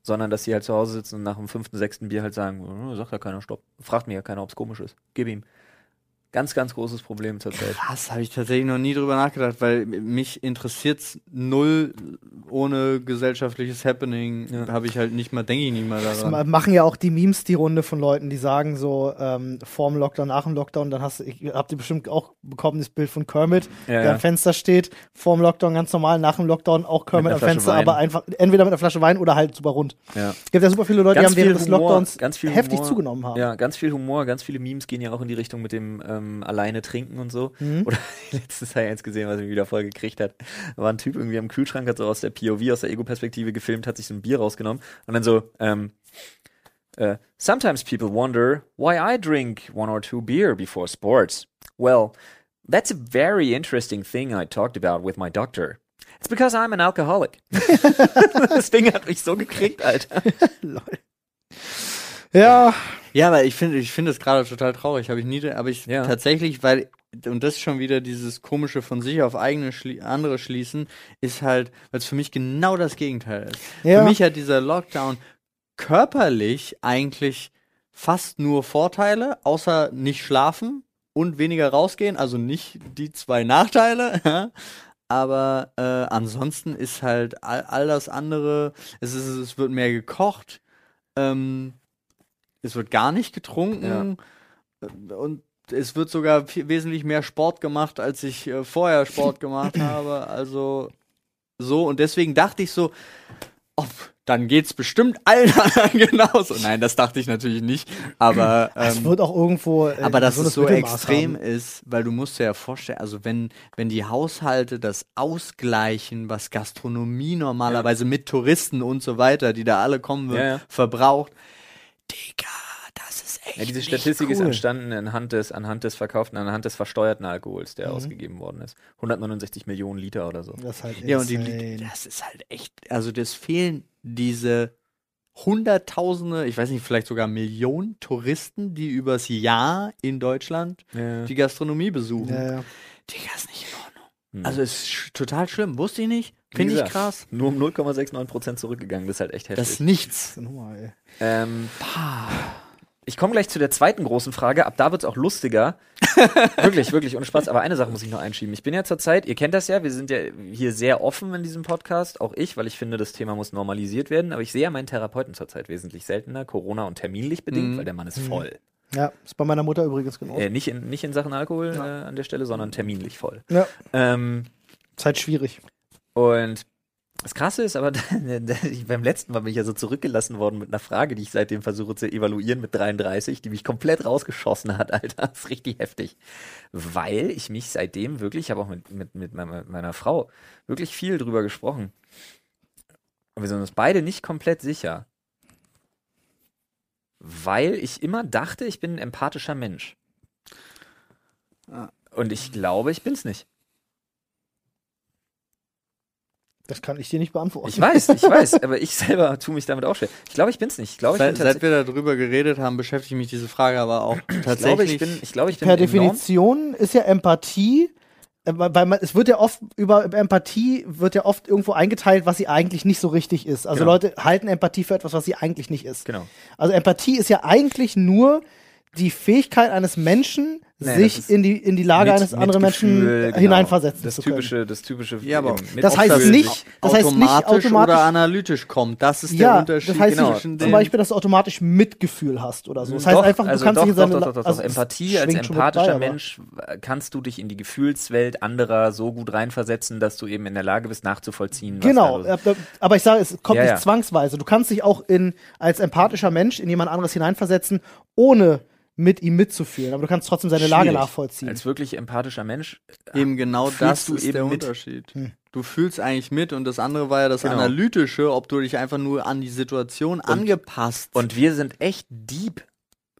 sondern dass sie halt zu Hause sitzen und nach dem fünften, sechsten Bier halt sagen, "Oh, sagt ja keiner, stopp. Fragt mir ja keiner, ob es komisch ist. Gib ihm. Ganz, ganz großes Problem zurzeit.
Krass, habe ich tatsächlich noch nie drüber nachgedacht, weil mich interessiert's null ohne gesellschaftliches Happening.
Ja.
Habe ich halt nicht mal, denke ich nicht mal
Das
daran.
ma- machen ja auch die Memes die Runde von Leuten, die sagen so, ähm, vorm Lockdown, nach dem Lockdown, dann hast du, ich- habt ihr bestimmt auch bekommen das Bild von Kermit,
Ja,
der
ja.
am Fenster steht, vorm Lockdown ganz normal, nach dem Lockdown auch Kermit
einer
am
Flasche
Fenster,
Wein.
aber einfach entweder mit einer Flasche Wein oder halt super rund.
Ja.
Es gibt ja super viele Leute, die
Ganz
haben
viel
während des
Humor,
Lockdowns
ganz viel
heftig
Humor.
zugenommen haben.
Ja, ganz viel Humor, ganz viele Memes gehen ja auch in die Richtung mit dem ähm, alleine trinken und so.
Mhm.
Oder letztes Jahr eins gesehen, was mich wieder voll gekriegt hat. Da war ein Typ irgendwie am Kühlschrank, hat so aus der POV, aus der Ego-Perspektive gefilmt, hat sich so ein Bier rausgenommen und dann so, ähm, äh, Sometimes people wonder why I drink one or two beer before sports. Well, that's a very interesting thing I talked about with my doctor. It's because I'm an alcoholic. das Ding hat mich so gekriegt, Alter.
Ja,
Ja, weil ich finde, ich finde es gerade total traurig. Habe ich nie, aber ich
Ja.
tatsächlich, weil und das ist schon wieder dieses komische von sich auf eigene schlie andere schließen, ist halt, weil es für mich genau das Gegenteil ist.
Ja.
Für mich hat dieser Lockdown körperlich eigentlich fast nur Vorteile, außer nicht schlafen und weniger rausgehen, also nicht die zwei Nachteile. Aber äh, ansonsten ist halt all, all das andere, es, ist, es wird mehr gekocht, ähm, es wird gar nicht getrunken äh, und es wird sogar viel, wesentlich mehr Sport gemacht, als ich äh, vorher Sport gemacht habe. Also so und deswegen dachte ich so, oh, dann geht's bestimmt allen anderen genauso. Nein, das dachte ich natürlich nicht, aber
es
ähm,
wird auch irgendwo. Also, äh,
aber dass
gesundes
es so
Mittelmaß
extrem
haben.
ist, weil du musst dir ja vorstellen, also wenn, wenn die Haushalte das ausgleichen, was Gastronomie normalerweise mit Touristen und so weiter, die da alle kommen, wird,
Ja, ja.
verbraucht. Digga, das ist echt.
Ja, diese
nicht
Statistik ist
cool.
entstanden anhand des, anhand des verkauften, anhand des versteuerten Alkohols,
Mhm.
der ausgegeben worden ist. 169 Millionen Liter oder so.
Das ist halt
Ja, und die,
insane.
Lied- das ist halt echt, also das fehlen diese Hunderttausende, ich weiß nicht, vielleicht sogar Millionen Touristen, die übers Jahr in Deutschland
Ja.
die Gastronomie besuchen.
ja, ja.
Digga, ist nicht in Ordnung.
Hm.
Also ist sch total schlimm, wusste ich nicht.
Wie
Finde ich
gesagt,
krass.
Nur um 0,69% zurückgegangen, das ist halt echt
Das ist
heftig.
Das
nichts.
ist eine Nummer, ey.
Ähm, ich komme gleich zu der zweiten großen Frage, ab da wird's auch lustiger. wirklich, wirklich, ohne Spaß. Aber eine Sache muss ich noch einschieben. Ich bin ja zurzeit, ihr kennt das ja, wir sind ja hier sehr offen in diesem Podcast, auch ich, weil ich finde, das Thema muss normalisiert werden. Aber ich sehe ja meinen Therapeuten zurzeit wesentlich seltener, Corona und terminlich
Mhm.
bedingt, weil der Mann ist voll.
Ja, ist bei meiner Mutter übrigens genauso.
Äh, nicht, in, nicht in Sachen Alkohol äh, an der Stelle, sondern terminlich voll.
Ja,
Ähm,
ist halt schwierig.
und das Krasse ist aber, ich- beim letzten Mal bin ich ja so zurückgelassen worden mit einer Frage, die ich seitdem versuche zu evaluieren mit 33, die mich komplett rausgeschossen hat, Alter. Das ist richtig heftig. Weil ich mich seitdem wirklich, ich habe auch mit, mit, mit meiner, meiner Frau wirklich viel drüber gesprochen. Und wir sind uns beide nicht komplett sicher. Weil ich immer dachte, ich bin ein empathischer Mensch. Und ich glaube, ich bin's nicht.
Das kann ich dir nicht beantworten.
Ich weiß, ich weiß, aber ich selber tue mich damit auch schwer. Ich glaube, ich bin's nicht. Ich glaube, ich bin
Seit, seit
tatsächlich.
wir darüber geredet haben, beschäftigt mich diese Frage aber auch
Ich glaube,
tatsächlich.
ich bin, ich glaube, ich bin
per
enorm.
Definition ist ja Empathie, äh, weil man, es wird ja oft über Empathie wird ja oft irgendwo eingeteilt, was sie eigentlich nicht so richtig ist. Also
Genau.
Leute halten Empathie für etwas, was sie eigentlich nicht ist.
Genau.
Also Empathie ist ja eigentlich nur die Fähigkeit eines Menschen,
Nee, das
sich
ist
in die, in die Lage eines anderen Menschen
Mitgefühl,
äh,
genau.
hineinversetzen
das
zu können.
typische, Das typische
Ja, aber
eben
Das heißt
Mitgefühl,
nicht-
sich-
das heißt nicht
automatisch,
automatisch-
oder analytisch kommt. Das ist der
Ja, das
Unterschied
heißt
genau.
zwischen
Zum
den.
Beispiel, dass du automatisch Mitgefühl hast oder so. Das heißt
doch,
einfach, du
also
kannst
doch,
dich in
doch,
seine
doch, doch, doch,
also
doch.
es
Empathie als
schwingt schon mit bei,
empathischer
aber-
Mensch äh, kannst du dich in die Gefühlswelt anderer so gut reinversetzen, dass du eben in der Lage bist, nachzuvollziehen. was
Genau,
da los-
aber- aber ich sage, es kommt
Ja,
nicht
ja.
zwangsweise. Du kannst dich auch in, als empathischer Mensch in jemand anderes hineinversetzen, ohne mit ihm mitzufühlen. Aber du kannst trotzdem seine Lage
Schwierig.
nachvollziehen.
Als wirklich empathischer Mensch
Eben genau
Fühlst
das
du
ist
eben
der
mit?
Unterschied.
Hm.
Du fühlst eigentlich mit und das andere war ja das
Genau.
Analytische, ob du dich einfach nur an die Situation angepasst.
Und wir sind echt deep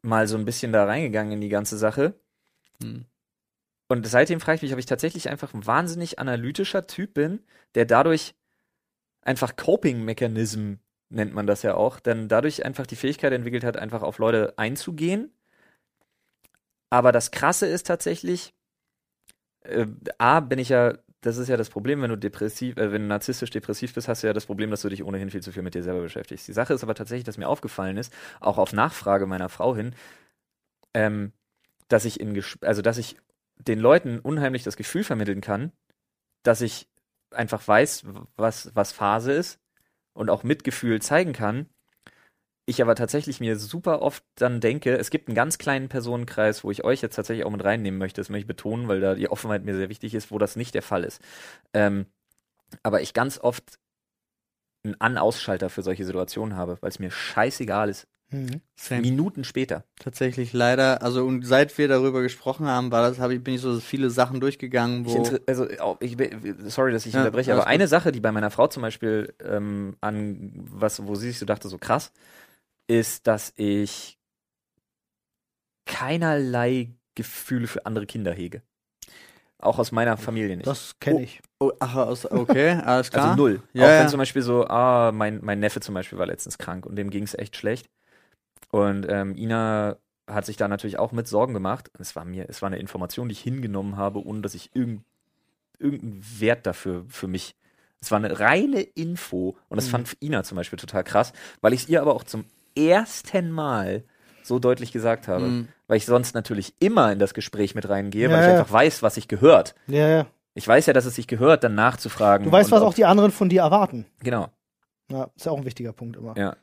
mal so ein bisschen da reingegangen in die ganze Sache.
Hm.
Und seitdem frage ich mich, ob ich tatsächlich einfach ein wahnsinnig analytischer Typ bin, der dadurch einfach Coping-Mechanism, nennt man das ja auch, dann dadurch einfach die Fähigkeit entwickelt hat, einfach auf Leute einzugehen. Aber das Krasse ist tatsächlich, äh, A, bin ich ja das ist ja das Problem, wenn du depressiv, äh, wenn du narzisstisch depressiv bist, hast du ja das Problem, dass du dich ohnehin viel zu viel mit dir selber beschäftigst. Die Sache ist aber tatsächlich, dass mir aufgefallen ist, auch auf Nachfrage meiner Frau hin, ähm, dass ich in Ges- also dass ich den Leuten unheimlich das Gefühl vermitteln kann, dass ich einfach weiß, was, was Phase ist und auch Mitgefühl zeigen kann. Ich aber tatsächlich mir super oft dann denke, es gibt einen ganz kleinen Personenkreis, wo ich euch jetzt tatsächlich auch mit reinnehmen möchte. Das möchte ich betonen, weil da die Offenheit mir sehr wichtig ist, wo das nicht der Fall ist. Ähm, aber ich ganz oft einen An-Ausschalter für solche Situationen habe, weil es mir scheißegal ist.
Mhm.
Same.
Minuten später.
Tatsächlich leider, also und seit wir darüber gesprochen haben, war das, hab ich, bin ich so viele Sachen durchgegangen,
Ich
wo
inter- also, au- ich, be- sorry, dass ich
Ja,
unterbreche,
alles
aber eine Sache, die bei meiner Frau zum Beispiel ähm, an was, wo sie sich so dachte, so krass, ist, dass ich keinerlei Gefühle für andere Kinder hege. Auch aus meiner Familie nicht.
Das kenne ich.
oh, ach, aus- okay, alles klar.
Also null.
Ja,
auch wenn
ja.
zum Beispiel so, ah, mein, mein Neffe zum Beispiel war letztens krank und dem ging es echt schlecht. Und ähm, Ina hat sich da natürlich auch mit Sorgen gemacht. Und Es war mir, es war eine Information, die ich hingenommen habe, ohne dass ich irgend, irgendeinen Wert dafür für mich. Es war eine reine Info und das
Mhm.
fand Ina zum Beispiel total krass, weil ich es ihr aber auch zum ersten Mal so deutlich gesagt habe,
Mhm.
weil ich sonst natürlich immer in das Gespräch mit
Ja,
reingehe, weil ich
ja.
einfach weiß, was sich gehört.
Ja, ja.
Ich weiß ja, dass es sich gehört, dann nachzufragen.
Du weißt,
und
was auch die anderen von dir erwarten.
Genau.
Ja, ist ja auch ein wichtiger Punkt immer.
Ja.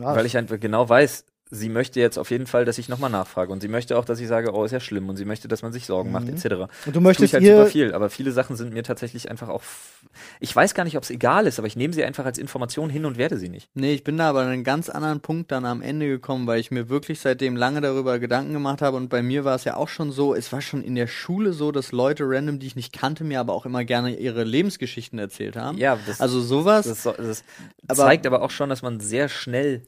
Ja,
Weil ich einfach genau weiß, sie möchte jetzt auf jeden Fall, dass ich nochmal nachfrage. Und sie möchte auch, dass ich sage, oh, ist ja schlimm. Und sie möchte, dass man sich Sorgen macht,
Mhm.
etc.
und du
Das tue ich
möchtest
halt
ihr
super viel. Aber viele Sachen sind mir tatsächlich einfach auch. f- Ich weiß gar nicht, ob es egal ist, aber ich nehme sie einfach als Information hin und werte sie nicht.
Nee, ich bin da aber an einen ganz anderen Punkt dann am Ende gekommen, weil ich mir wirklich seitdem lange darüber Gedanken gemacht habe und bei mir war es ja auch schon so, es war schon in der Schule so, dass Leute random, die ich nicht kannte, mir aber auch immer gerne ihre Lebensgeschichten erzählt haben.
Ja, das,
Also sowas.
das, so- das
Aber-
zeigt aber auch schon, dass man sehr schnell,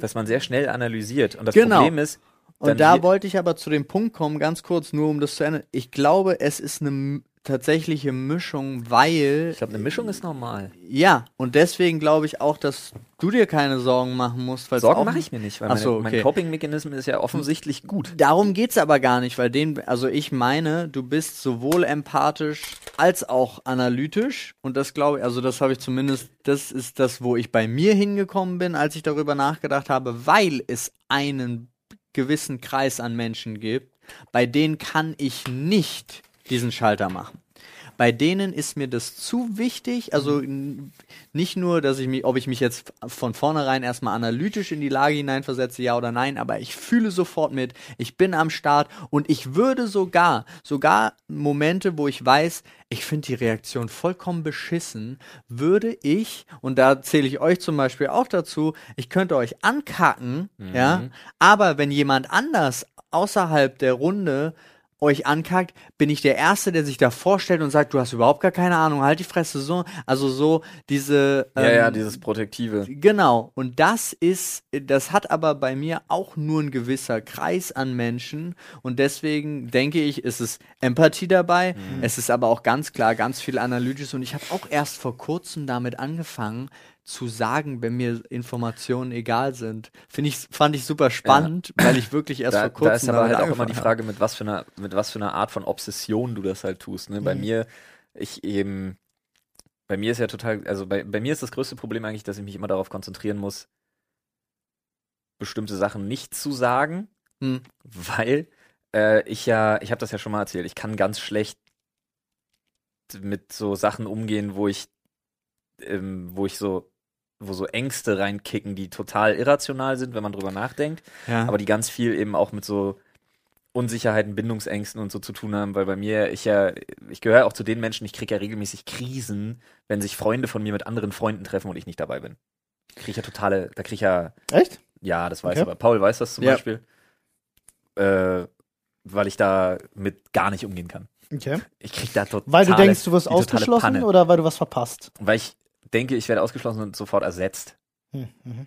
dass man sehr schnell analysiert. Und das
Genau.
Problem ist, dann
Und da
hier-
wollte ich aber zu dem Punkt kommen, ganz kurz, nur um das zu Ende. Ich glaube, es ist eine m- tatsächliche Mischung, weil
ich glaube, eine Mischung ist normal.
ja und deswegen glaube ich auch, dass du dir keine Sorgen machen musst, weil es
Sorgen
auch-
mache ich mir nicht, weil
Ach
meine,
so,
mein
okay.
Coping-Mechanismus ist ja offensichtlich gut.
Darum geht's aber gar nicht, weil den, also ich meine, du bist sowohl empathisch als auch analytisch und das glaube ich, also das habe ich zumindest, das ist das, wo ich bei mir hingekommen bin, als ich darüber nachgedacht habe, weil es einen gewissen Kreis an Menschen gibt, bei denen kann ich nicht diesen Schalter machen. Bei denen ist mir das zu wichtig, also n- nicht nur, dass ich mich, ob ich mich jetzt von vornherein erstmal analytisch in die Lage hineinversetze, ja oder nein, aber ich fühle sofort mit, ich bin am Start und ich würde sogar, sogar Momente, wo ich weiß, ich finde die Reaktion vollkommen beschissen, würde ich, und da zähle ich euch zum Beispiel auch dazu, ich könnte euch ankacken, ja, aber wenn jemand anders außerhalb der Runde euch ankackt, bin ich der Erste, der sich da vorstellt und sagt, du hast überhaupt gar keine Ahnung, halt die Fresse so. Also so diese.
ja, ja,
ähm,
dieses Protektive.
Genau, und das ist, das hat aber bei mir auch nur ein gewisser Kreis an Menschen und deswegen denke ich, ist es Empathie dabei,
Mhm.
es ist aber auch ganz klar ganz viel Analytisches und ich habe auch erst vor kurzem damit angefangen zu sagen, wenn mir Informationen egal sind. Finde ich, fand ich super spannend, weil ich wirklich erst
da,
vor kurzem
da ist aber halt
damit
auch immer die
angefangen
Frage, mit was für einer, mit was für einer Art von Obsession du das halt tust. Ne?
Mhm.
Bei mir, ich eben, bei mir ist ja total, also bei, bei mir ist das größte Problem eigentlich, dass ich mich immer darauf konzentrieren muss, bestimmte Sachen nicht zu sagen,
habe. Hm.
weil äh, ich ja, ich habe das ja schon mal erzählt, ich kann ganz schlecht mit so Sachen umgehen, wo ich, ähm, wo ich so, wo so Ängste reinkicken, die total irrational sind, wenn man drüber nachdenkt
Ja.
aber die ganz viel eben auch mit so Unsicherheiten, Bindungsängsten und so zu tun haben, weil bei mir, ich ja, ich gehöre auch zu den Menschen, ich kriege ja regelmäßig Krisen, wenn sich Freunde von mir mit anderen Freunden treffen und ich nicht dabei bin. Kriege ich ja totale, da kriege ich ja,
echt?
ja, das weiß
Okay.
aber. Paul weiß das zum
Ja.
Beispiel. Äh, weil ich da mit gar nicht umgehen kann.
Okay.
Ich kriege da total.
Weil du denkst, du wirst
die totale
ausgeschlossen
Panne.
oder weil du was verpasst?
Weil ich denke, ich werde ausgeschlossen und sofort ersetzt.
Hm, mhm.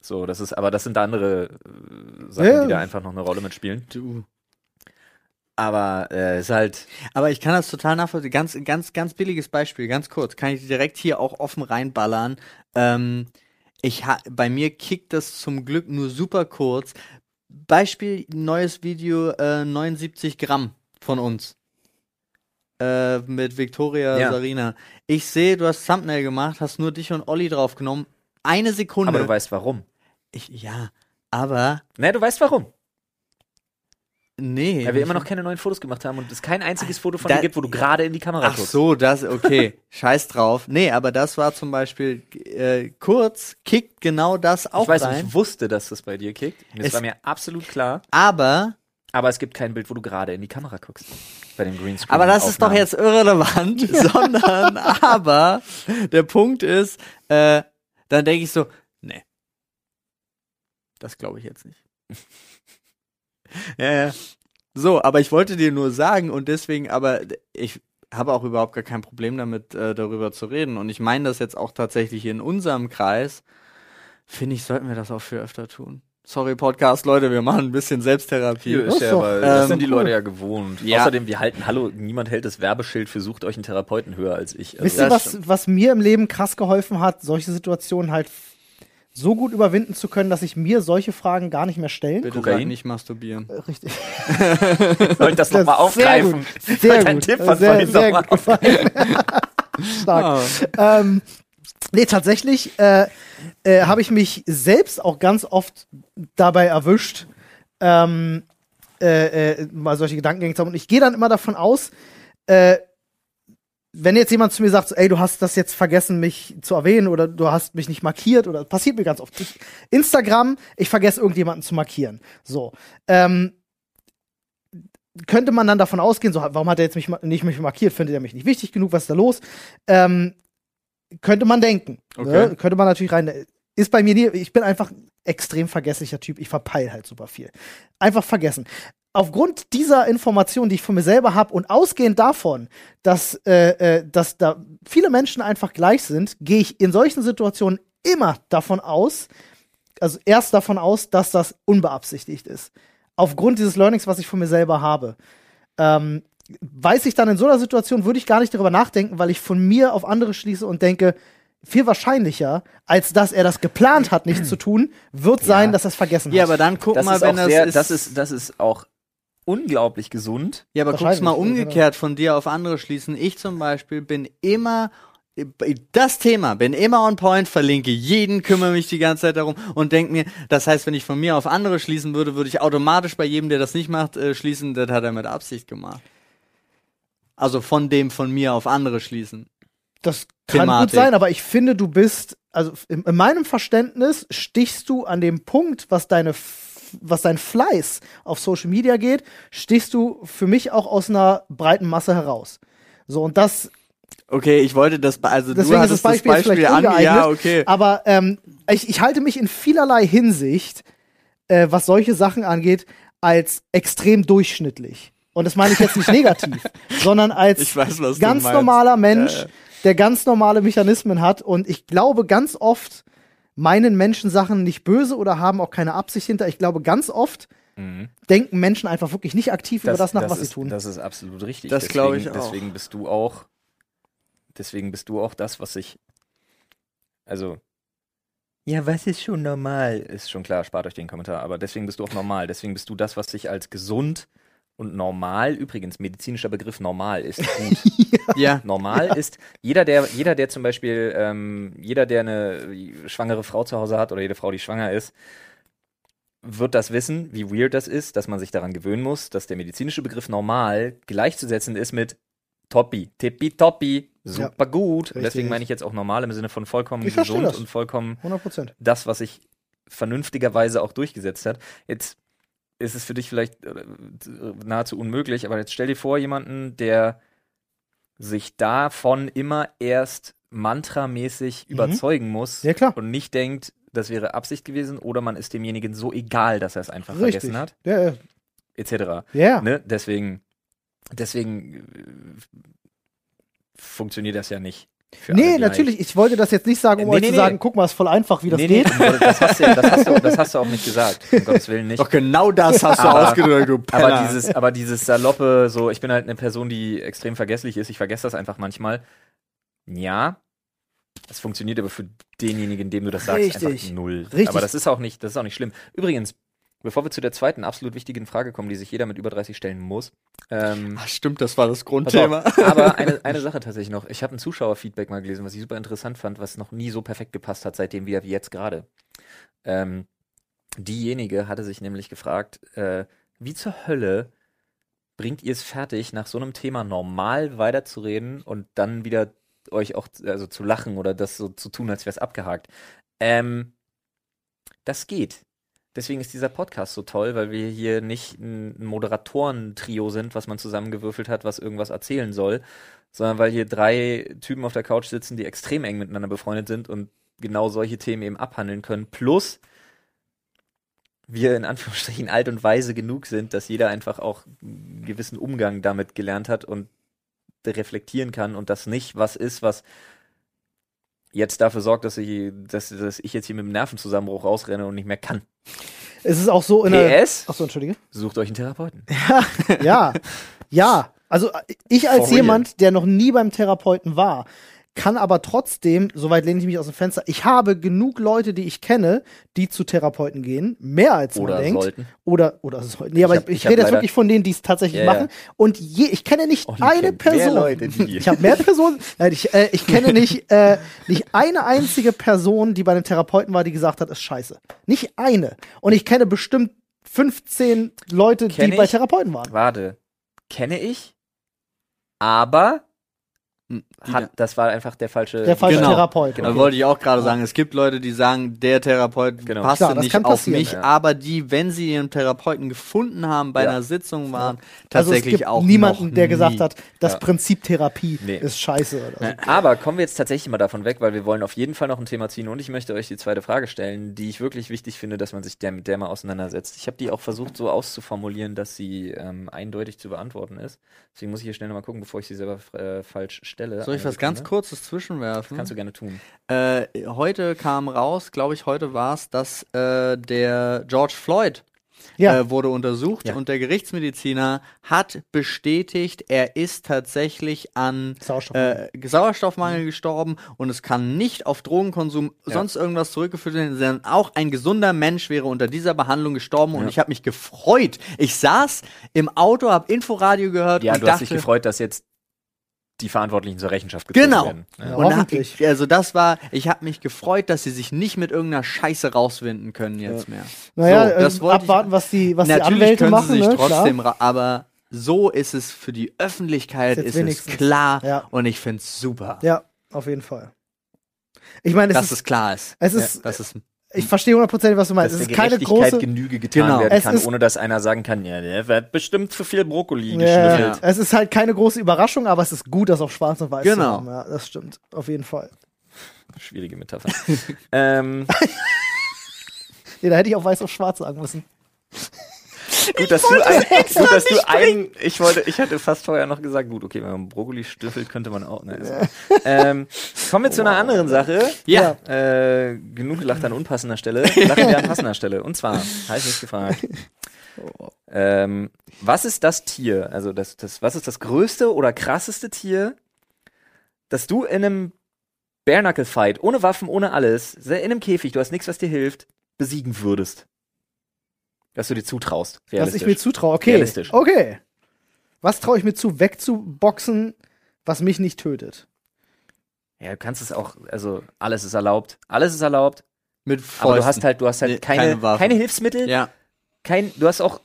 So, das ist, aber das sind da andere äh, Sachen,
Ja.
die da einfach noch eine Rolle mitspielen.
Du.
Aber äh, ist halt,
Aber ich kann das total nachvollziehen. Ganz, ganz, ganz billiges Beispiel, ganz kurz. Kann ich direkt hier auch offen reinballern. Ähm, ich ha bei mir kickt das zum Glück nur super kurz. Beispiel, neues Video, äh, 79 Gramm von uns. äh, mit Victoria
Ja.
Sarina. Ich sehe, du hast Thumbnail gemacht, hast nur dich und Olli draufgenommen. Eine Sekunde.
Aber du weißt warum.
ich, ja, aber
Ne, du weißt warum.
nee.
Weil wir
ich-
immer noch keine neuen Fotos gemacht haben und es kein einziges Foto von
Ah, da-
dir gibt, wo du gerade in die Kamera
Ach
guckst.
so, das, okay. Scheiß drauf. Nee, aber das war zum Beispiel äh, kurz, kickt genau das auch
Ich weiß,
rein.
ich wusste, dass das bei dir kickt. Das
Es-
war mir absolut klar.
Aber,
Aber es gibt kein Bild, wo du gerade in die Kamera guckst. Bei dem Greenscreen.
aber das ist doch jetzt irrelevant, sondern, aber der Punkt ist, äh, dann denke ich so, nee. Das glaube ich jetzt nicht. ja, ja. So, aber ich wollte dir nur sagen und deswegen, aber ich habe auch überhaupt gar kein Problem damit, äh, darüber zu reden. Und ich meine das jetzt auch tatsächlich in unserem Kreis. Finde ich, sollten wir das auch viel öfter tun. Sorry, Podcast, Leute, wir machen ein bisschen Selbsttherapie.
Hier ist
Das
ja,
doch-
aber das
ähm,
sind die
cool.
Leute ja gewohnt.
Ja.
Außerdem, wir halten, hallo, niemand hält das Werbeschild für sucht euch einen Therapeuten höher als ich.
Wisst
Also,
ihr,
das
was, was mir im Leben krass geholfen hat, solche Situationen halt f- so gut überwinden zu können, dass ich mir solche Fragen gar nicht mehr stellen
Bitte
Kokain?
sag nicht masturbieren.
kann? Richtig.
soll ich das
Das
nochmal
ist sehr
aufgreifen?
gut. Sehr
Dein
gut. Äh,
Tipp hat
sehr,
vorhin
sehr
noch
gut gefallen.
Ah.
Stark. Ähm, nee, tatsächlich äh, äh, habe ich mich selbst auch ganz oft dabei erwischt, ähm, äh, äh, mal solche Gedankengänge zu haben. Und ich gehe dann immer davon aus, äh, wenn jetzt jemand zu mir sagt, so, ey, du hast das jetzt vergessen, mich zu erwähnen oder du hast mich nicht markiert oder passiert mir ganz oft. Ich, Instagram, ich vergesse irgendjemanden zu markieren. So. Ähm, könnte man dann davon ausgehen, so, warum hat er jetzt mich ma- nicht mich markiert? Findet er mich nicht wichtig genug? Was ist da los? Ähm, könnte man denken.
Okay.
Ne? Könnte man natürlich rein. Ist bei mir nie, ich bin einfach ein extrem vergesslicher Typ. Ich verpeil halt super viel. Einfach vergessen. Aufgrund dieser Information, die ich von mir selber habe und ausgehend davon, dass, äh, äh, dass da viele Menschen einfach gleich sind, gehe ich in solchen Situationen immer davon aus, also erst davon aus, dass das unbeabsichtigt ist. Aufgrund dieses Learnings, was ich von mir selber habe. Ähm, weiß ich dann in so einer Situation, würde ich gar nicht darüber nachdenken, weil ich von mir auf andere schließe und denke, viel wahrscheinlicher, als dass er das geplant hat, nichts zu tun, wird sein, dass er es vergessen
Ja,
hat.
aber dann guck
Das
mal,
ist
wenn
auch
das
sehr,
ist,
das ist, das ist auch unglaublich gesund.
Ja, aber guck's mal
Wahrscheinlich, genau.
umgekehrt von dir auf andere schließen. Ich zum Beispiel bin immer das Thema, bin immer on point, verlinke jeden, kümmere mich die ganze Zeit darum und denke mir, das heißt, wenn ich von mir auf andere schließen würde, würde ich automatisch bei jedem, der das nicht macht, äh, schließen, das hat er mit Absicht gemacht. Also von dem von mir auf andere schließen.
Das kann
Thematik.
gut sein, aber ich finde, du bist, also in, in meinem Verständnis stichst du an dem Punkt, was deine, F- was dein Fleiß auf Social Media geht, stichst du für mich auch aus einer breiten Masse heraus. So, und das,
Okay, ich wollte das, be- also
deswegen
du
ist das
hattest
Beispiel, jetzt vielleicht
an,
ungeeignet,
ja, okay.
aber ähm, ich, ich halte mich in vielerlei Hinsicht, äh, was solche Sachen angeht, als extrem durchschnittlich. Und das meine ich jetzt nicht negativ, sondern als
Ich weiß, was
ganz
du meinst.
normaler Mensch,
Ja, ja.
der ganz normale Mechanismen hat. Und ich glaube, ganz oft meinen Menschen Sachen nicht böse oder haben auch keine Absicht hinter. Ich glaube, ganz oft
Mhm.
denken Menschen einfach wirklich nicht aktiv über das nach, was
ist,
sie tun.
Das ist absolut richtig.
Das glaub ich
Deswegen-
auch.
Deswegen bist du auch, deswegen bist du auch das, was ich, also. Ja, was ist schon normal? Ist schon klar, spart euch den Kommentar. Aber deswegen bist du auch normal. Deswegen bist du das, was sich als gesund und normal, übrigens medizinischer Begriff normal ist. Gut.
Ja,
normal ist. Jeder, der, jeder, der zum Beispiel, ähm, jeder, der eine schwangere Frau zu Hause hat oder jede Frau, die schwanger ist, wird das wissen, wie weird das ist, dass man sich daran gewöhnen muss, dass der medizinische Begriff normal gleichzusetzen ist mit Toppi, tippitoppi, super gut. Und
richtig.
deswegen meine ich jetzt auch normal im Sinne von vollkommen
Ich verstehe
gesund
das.
und vollkommen
100 Prozent.
das, was sich vernünftigerweise auch durchgesetzt hat. Jetzt ist es für dich vielleicht äh, nahezu unmöglich, aber jetzt stell dir vor, jemanden, der sich davon immer erst mantramäßig überzeugen muss
Mhm. Ja, klar.
und nicht denkt, das wäre Absicht gewesen oder man ist demjenigen so egal, dass er es einfach
Richtig.
vergessen hat,
Ja, ja.
etc.
ja.
Ne? Deswegen, deswegen äh, funktioniert das ja nicht. für alle
Nee,
gleich.
natürlich. Ich wollte das jetzt nicht sagen, um
Nee,
euch
nee,
zu
nee.
sagen, guck mal, ist voll einfach, wie das
nee,
geht.
Nee, das, hast du, das, hast du, das hast du auch nicht gesagt. Um Gottes Willen nicht.
doch genau das hast du
Aber-
ausgedrückt, du Penner.
Aber dieses, aber dieses saloppe, so, ich bin halt eine Person, die extrem vergesslich ist, ich vergesse das einfach manchmal. Ja, das funktioniert aber für denjenigen, dem du das sagst,
Richtig.
einfach null.
Richtig.
Aber das ist auch nicht, das ist auch nicht schlimm. Übrigens, Bevor wir zu der zweiten absolut wichtigen Frage kommen, die sich jeder mit über 30 stellen muss. Ähm,
Ach, Ah, stimmt, das war das
pass
Grundthema.
Auf, aber eine, eine Sache tatsächlich noch. Ich habe ein Zuschauerfeedback mal gelesen, was ich super interessant fand, was noch nie so perfekt gepasst hat, seitdem wieder wie jetzt gerade. Ähm, diejenige hatte sich nämlich gefragt, äh, wie zur Hölle bringt ihr es fertig, nach so einem Thema normal weiterzureden und dann wieder euch auch also zu lachen oder das so zu tun, als wäre es abgehakt. Ähm, das geht. Deswegen ist dieser Podcast so toll, weil wir hier nicht ein Moderatoren-Trio sind, was man zusammengewürfelt hat, was irgendwas erzählen soll, sondern weil hier drei Typen auf der Couch sitzen, die extrem eng miteinander befreundet sind und genau solche Themen eben abhandeln können. Plus wir in Anführungsstrichen alt und weise genug sind, dass jeder einfach auch einen gewissen Umgang damit gelernt hat und reflektieren kann und das nicht was ist, was jetzt dafür sorgt, dass ich, dass, dass ich jetzt hier mit dem Nervenzusammenbruch rausrenne und nicht mehr kann.
Es ist auch Äh, ne. so in der.
PS,
Achso, entschuldige.
sucht euch einen Therapeuten.
Ja, ja. Also äh, ich als
For real.
jemand, der noch nie beim Therapeuten war, kann aber trotzdem, soweit lehne ich mich aus dem Fenster, ich habe genug Leute, die ich kenne, die zu Therapeuten gehen, mehr als man
Oder
denkt.
sollten.
Oder oder sollten. Nee, aber ich,
hab-
ich,
ich hab
rede jetzt
leider-
wirklich von denen, die es tatsächlich
Ja, ja.
machen. Und je, ich kenne nicht
Olli
eine
kennt mehr
Person.
Leute, die-
Ich habe mehr Personen. Nein, ich, äh, ich kenne nicht, äh, nicht eine einzige Person, die bei einem Therapeuten war, die gesagt hat, ist scheiße. Nicht eine. Und ich kenne bestimmt 15 Leute,
Kenn
die bei
ich?
Therapeuten waren.
Warte, kenne ich, aber hat, das war einfach der falsche.
Der falsche
Genau.
Therapeut.
Hm, Da wollte ich auch gerade sagen, es gibt Leute, die sagen, der Therapeut
Genau.
passte
Klar, das
nicht
kann
auf
passieren.
mich,
Ja.
aber die, wenn sie ihren Therapeuten gefunden haben, bei
Ja.
einer Sitzung waren,
Also es
tatsächlich
gibt
auch
niemanden,
noch
der
nie.
gesagt hat, das
Ja.
Prinzip Therapie
Nee.
ist scheiße. Oder so.
Aber kommen wir jetzt tatsächlich mal davon weg, weil wir wollen auf jeden Fall noch ein Thema ziehen und ich möchte euch die zweite Frage stellen, die ich wirklich wichtig finde, dass man sich der, mit der mal auseinandersetzt. Ich habe die auch versucht so auszuformulieren, dass sie ähm, eindeutig zu beantworten ist. Deswegen muss ich hier schnell nochmal gucken, bevor ich sie selber äh, falsch stelle.
Soll ich
Eine
was ganz
Sekunde.
Kurzes zwischenwerfen?
Kannst du gerne tun.
Äh, heute kam raus, glaube ich, heute war es, dass äh, der George Floyd
Ja.
äh, wurde untersucht
Ja.
und der Gerichtsmediziner hat bestätigt, er ist tatsächlich an
Sauerstoff.
äh, Sauerstoffmangel gestorben und es kann nicht auf Drogenkonsum sonst irgendwas zurückgeführt werden, sondern auch ein gesunder Mensch wäre unter dieser Behandlung gestorben und ich habe mich gefreut. Ich saß im Auto, habe Inforadio gehört
Ja,
und
du hast
dachte,
dich gefreut, dass jetzt die Verantwortlichen zur Rechenschaft gezogen
Genau.
werden. Ja.
Ja,
Und da hab
hoffentlich.
ich, also das war, ich habe mich gefreut, dass sie sich nicht mit irgendeiner Scheiße rauswinden können jetzt mehr.
naja,
so, das
ähm,
wollte ich-
abwarten, was die, was die
Natürlich
Anwälte
können
machen.
sie sich
ne?
trotzdem,
Klar.
ra- aber so ist es für die
Ist
Öffentlichkeit,
jetzt
ist, es
wenigstens.
klar
Ja.
und ich finde es super,
Ja, auf jeden Fall. Ich meine, es
dass
ist,
es klar ist.
es ist-
ja, das ist
ich verstehe hundertprozentig, was du meinst.
dass
Es
der
ist keine
Gerechtigkeit
große,
Genüge getan
Genau.
werden
Es
kann,
ist-
ohne dass einer sagen kann, ja, der hat bestimmt zu viel Brokkoli
Ja,
geschnüffelt.
Es ist halt keine große Überraschung, aber es ist gut, das auf schwarz und weiß zu
Genau.
haben. Ja, das stimmt. Auf jeden Fall.
Schwierige Metapher. ähm,
Nee, da hätte ich auch weiß auf schwarz sagen müssen.
gut, dass du ein, gut, dass du ein, ich wollte, ich hatte fast vorher noch gesagt, gut, okay, wenn man Brokkoli schnüffelt, könnte man auch, nein, ist gut. ähm, kommen wir zu einer anderen Sache.
ja.
Ja.
Äh, genug gelacht an unpassender Stelle. Lachen wir an passender Stelle. Und zwar, habe ich mich gefragt. Ähm, was ist das Tier? Also, das, das, was ist das größte oder krasseste Tier, das du in einem Bare-Knuckle-Fight, ohne Waffen, ohne alles, se- in einem Käfig, du hast nichts, was dir hilft, besiegen würdest? Dass du dir zutraust.
Was
Realistisch.
ich mir zutraue. Okay.
Realistisch.
Okay. Was traue ich mir zu, wegzuboxen, was mich nicht tötet?
ja, du kannst es auch, also, alles ist erlaubt. Alles ist erlaubt.
mit
Aber
Fäusten.
du hast halt, du hast halt
Nee,
keine,
keine
keine,
Waffen.
Hilfsmittel.
ja.
kein, du hast auch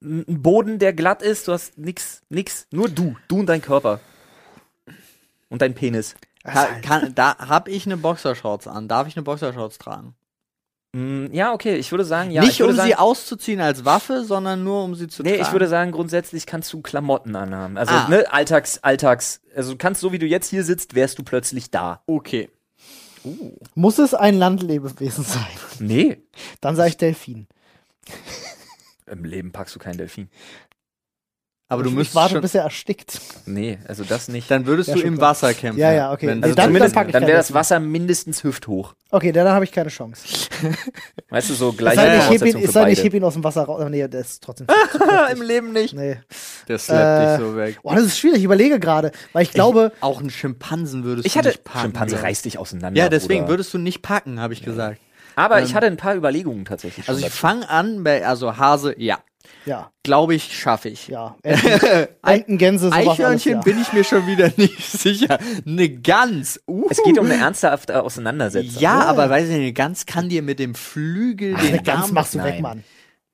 einen Boden, der glatt ist, du hast nix, nix, nur du, du und dein Körper. Und dein Penis.
Ka- kann, da habe ich eine Boxershorts an. Darf ich eine Boxershorts tragen?
Mm, ja, okay, ich würde sagen, ja. ich
Nicht
würde
um
sagen,
sie auszuziehen als Waffe, sondern nur um sie zu
Nee,
tragen.
ich würde sagen, grundsätzlich kannst du Klamotten anhaben. Also,
Ah.
ne, Alltags, Alltags. Also, du kannst, so wie du jetzt hier sitzt, wärst du plötzlich da.
okay.
Muss es ein Landlebewesen sein?
Nee.
Dann sage ich Delfin.
Im Leben packst du keinen Delfin.
Aber du
Also ich,
müsstest
ich warte,
schon,
bis er erstickt.
Nee, also das nicht.
dann würdest
Ja,
du
schon
im
klar.
Wasser kämpfen.
Ja, ja, okay.
Wenn,
Nee,
also,
dann-
zumindest,
dann pack ich
dann, wäre
keinen
das
Delfin.
Wasser mindestens hüfthoch.
Okay, dann habe ich keine Chance. Es
Weißt du, so
sei
gleiche
denn, ich heb ihn,
Voraussetzungen
es
für
sei denn, ich
beide.
heb ihn aus dem Wasser raus. Aber Nee, der ist trotzdem.
Ah!
Im Leben nicht.
nee.
der slappt
Äh,
dich so weg.
Boah, das ist schwierig. Ich überlege gerade, weil ich glaube,
Auch einen Schimpansen würdest
Ich
du
hatte.
nicht packen.
Schimpanse
glaub ich.
reißt dich auseinander.
Ja, deswegen
Bruder.
würdest du nicht packen, habe ich gesagt.
Aber ich hatte ein paar Überlegungen tatsächlich. schon
Ähm, Also ich
dazu.
fange an bei, also Hase, ja.
Ja,
Glaube ich, schaffe ich.
ja. Enten, Enten Gänse, sowas alles,
Eichhörnchen
ja.
bin ich mir schon wieder nicht sicher. Eine Gans. uhu.
es geht um eine ernsthafte Auseinandersetzung. ne?
Ja, aber weiß ich nicht, eine Gans kann dir mit dem Flügel den
Eine Gans
Arm
machst du
Nein.
weg, Mann.